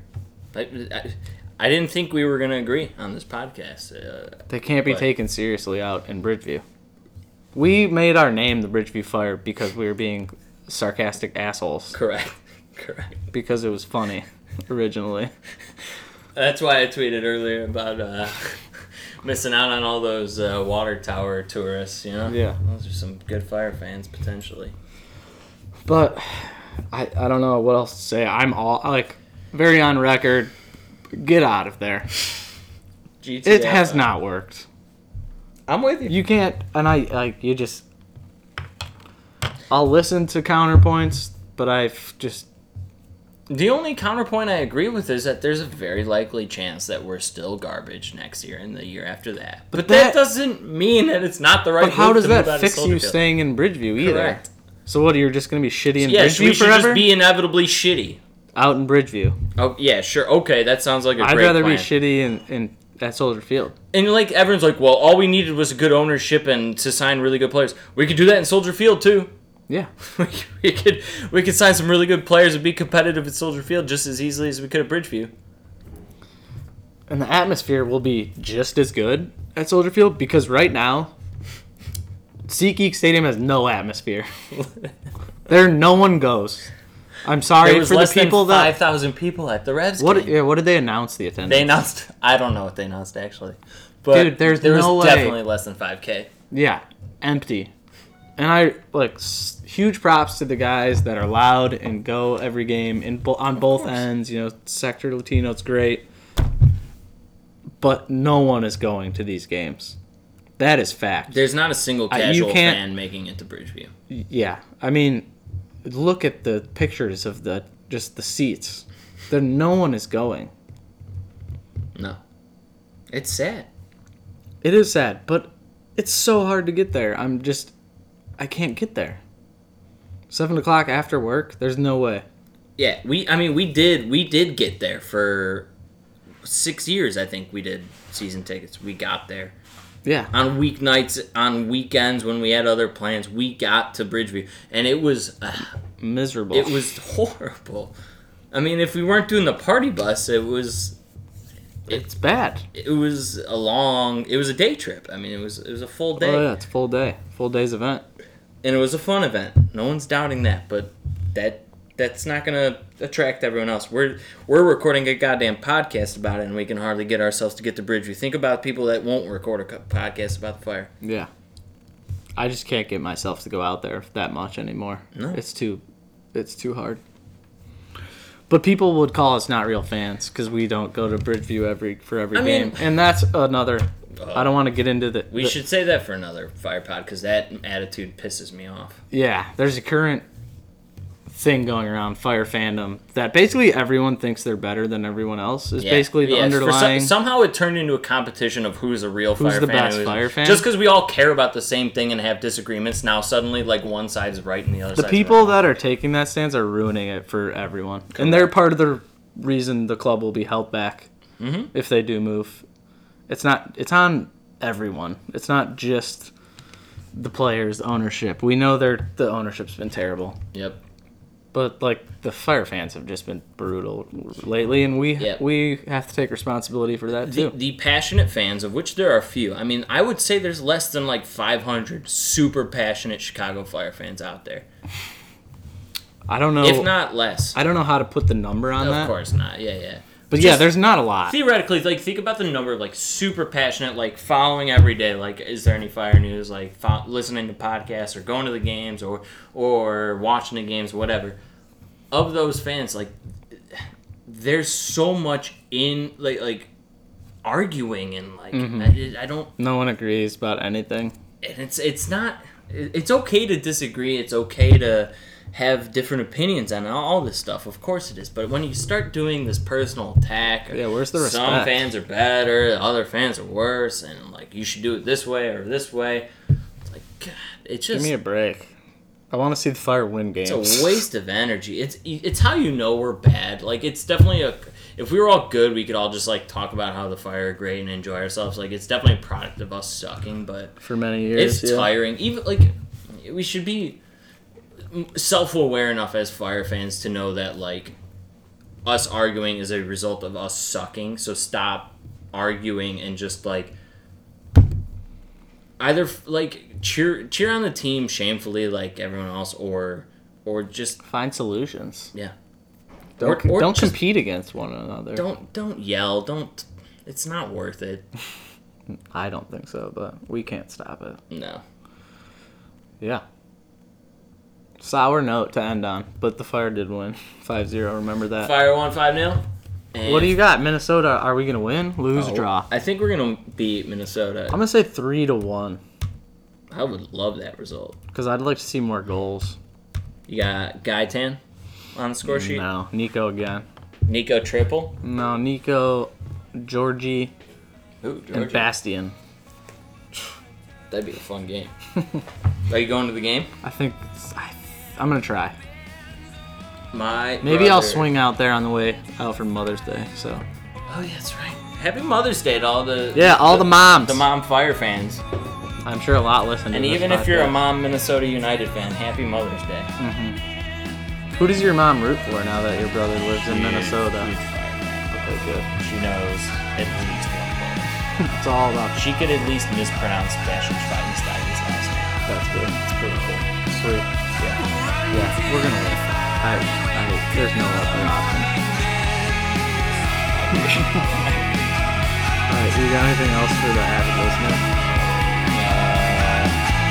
I, I, I didn't think we were going to agree on this podcast. Uh,
they can't be
Right.
taken seriously out in bridgeview we made our name the bridgeview fire because we were being sarcastic assholes
correct. correct.
because it was funny originally
That's why I tweeted earlier about uh, missing out on all those uh, water tower tourists, you know?
Yeah.
Those are some good fire fans, potentially.
But I, I don't know what else to say. I'm all like very on record. Get out of there.
GTA,
It has not worked.
I'm with you.
You can't, and I like you just. I'll listen to counterpoints, but I've just
The only counterpoint I agree with is that there's a very likely chance that we're still garbage next year and the year after that. But, that,
that-
doesn't mean that it's not the right
But how
move
does
to move out
that
of
fix you
Soldier Field.
staying in Bridgeview either?
Correct.
So what? You're just gonna be shitty in
Yes,
Bridgeview
we should
forever?
just be inevitably shitty.
Out in Bridgeview,
Oh yeah, sure. Okay, that sounds like a
I'd
great
rather
plan.
be shitty in, in at Soldier Field.
and like everyone's like, well, all we needed was good ownership and to sign really good players. We could do that in Soldier Field too.
Yeah,
we could we could sign some really good players and be competitive at Soldier Field just as easily as we could at Bridgeview.
and the atmosphere will be just as good at Soldier Field because right now, SeatGeek Stadium has no atmosphere. there, no one goes. I'm sorry
There was
for the
less
people
than
that.
five thousand people at the Revs.
What?
game.
Yeah, what did they announce the
They
attendance?
announced. I don't know what they announced actually, but
Dude, there's
there
no
was
way.
definitely less than five k.
yeah, empty. And I like s- huge props to the guys that are loud and go every game in bo- on both
course.
ends. You know, Sector Latino, it's great, but no one is going to these games. That is fact.
There's not a single
Uh, you
casual
can't-
fan making it to Bridgeview.
Yeah, I mean, look at the pictures of the just the seats. There, no one is going.
No, it's sad.
It is sad, but it's so hard to get there. I'm just, I can't get there. Seven o'clock after work. There's no way.
Yeah, we. I mean, we did. We did get there for six years. I think we did season tickets. We got there
Yeah,
on weeknights, on weekends when we had other plans. We got to Bridgeview, and it was uh,
miserable.
it was horrible. I mean, if we weren't doing the party bus, it was
It's bad.
it was a long. It was a day trip. I mean, it was it was a full day,
Oh yeah, it's full day, full day's event.
and it was a fun event. No one's doubting that, but that that's not gonna attract everyone else. We're we're recording a goddamn podcast about it, and we can hardly get ourselves to get to Bridgeview. Think about people that won't record a co- podcast about the fire.
Yeah, I just can't get myself to go out there that much anymore.
No.
it's too, it's too hard. But people would call us not real fans because we don't go to Bridgeview every for every
I
game,
mean- Uh,
and that's another. I don't want to get into the.
We
the-
should say that for another fire pod because that attitude pisses me off.
Yeah, there's a current thing going around fire fandom that basically everyone thinks they're better than everyone else is basically the
yeah, for some-
underlying.
somehow it turned into a competition of who's a real
Who's
fire
the
fan. and
best
who's-
Fire fan?
Just because we all care about the same thing and have disagreements, now suddenly like one side's right and the other
the
side's
people
wrong.
that are taking that stance are ruining it for everyone, and they're part of the reason the club will be held back
Mm-hmm.
if they do move. It's not. It's on everyone. It's not just the players, the ownership. We know they're the ownership's been terrible,
Yep.
but like the fire fans have just been brutal lately, and we
Yeah.
we have to take responsibility for that
The,
too.
the passionate fans, of which there are few, I mean, I would say there's less than like 500 super passionate Chicago Fire fans out there,
I don't know.
if not less.
Oh. I don't know how to put the number on
of
that.
course not. Yeah, yeah.
But
Just-
yeah, there's not a lot.
Theoretically, like think about the number of like super passionate, like following every day. Like, is there any fire news? Like fo- listening to podcasts or going to the games or or watching the games, whatever. Of those fans, like there's so much in like like arguing and like
Mm-hmm.
I, I don't
No one agrees about anything.
and it's it's not it- it's okay to disagree it's okay to have different opinions on all all this stuff of course it is but when you start doing this personal attack or
Yeah, where's the
some
respect?
fans are better other fans are worse and like you should do it this way or this way it's like god it's
Give
just
me a break. I want to see the Fire win games.
it's a waste of energy. It's it's how you know we're bad. Like it's definitely a. If we were all good, we could all just like talk about how the fire are great and enjoy ourselves. Like it's definitely a product of us sucking, but
for many years.
it's
yeah.
tiring. Even like we should be self-aware enough as fire fans to know that like us arguing is a result of us sucking. So stop arguing and just like either like cheer cheer on the team shamefully like everyone else or or just
Find solutions.
yeah.
Don't,
Or- or
don't
just-
compete against one another.
Don't don't yell. Don't it's not worth it.
I don't think so, but we can't stop it.
No.
Yeah. Sour note to end on, but the Fire did win 5-0. Remember that.
Fire one five nil. oh,
What do you got? Minnesota, are we going to win? Lose, draw?
I think we're gonna beat Minnesota.
I'm going to say 3 to 1
I would love that result.
cuz I'd like to see more goals.
You got Gaitan on the score sheet.
No, Nico again.
Nico triple.
No, Nico, Georgie,
Ooh,
and Bastian.
That'd be a fun game. Are you going to the game?
I think it's- I, I'm going to try.
My
Maybe I'll
brother-
swing out there on the way out for Mother's Day. So
Oh yeah, that's right. Happy Mother's Day to all the
yeah, all the moms.
the mom fire fans.
I'm sure a lot listen. to
And
this
even if you're a
podcast.
mom Minnesota United fan, happy Mother's Day.
who does your mom root for now that your brother lives in
Huge
Minnesota?
Fire fan.
Okay, good.
She knows at least one player.
It's all about
She could at least mispronounce Sebastian Schweinsteiger's last name.
that's good.
It's pretty cool.
Sweet. Yeah, yeah, we're gonna win. I, I, there's no other option. all right, you got anything else for the avid
Uh,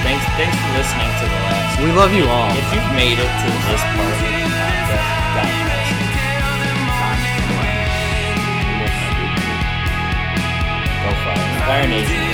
thanks, thanks for listening to the last.
listener? We love you all.
If you've made it to this part of the podcast, God bless you. Go fire. Fire Nation.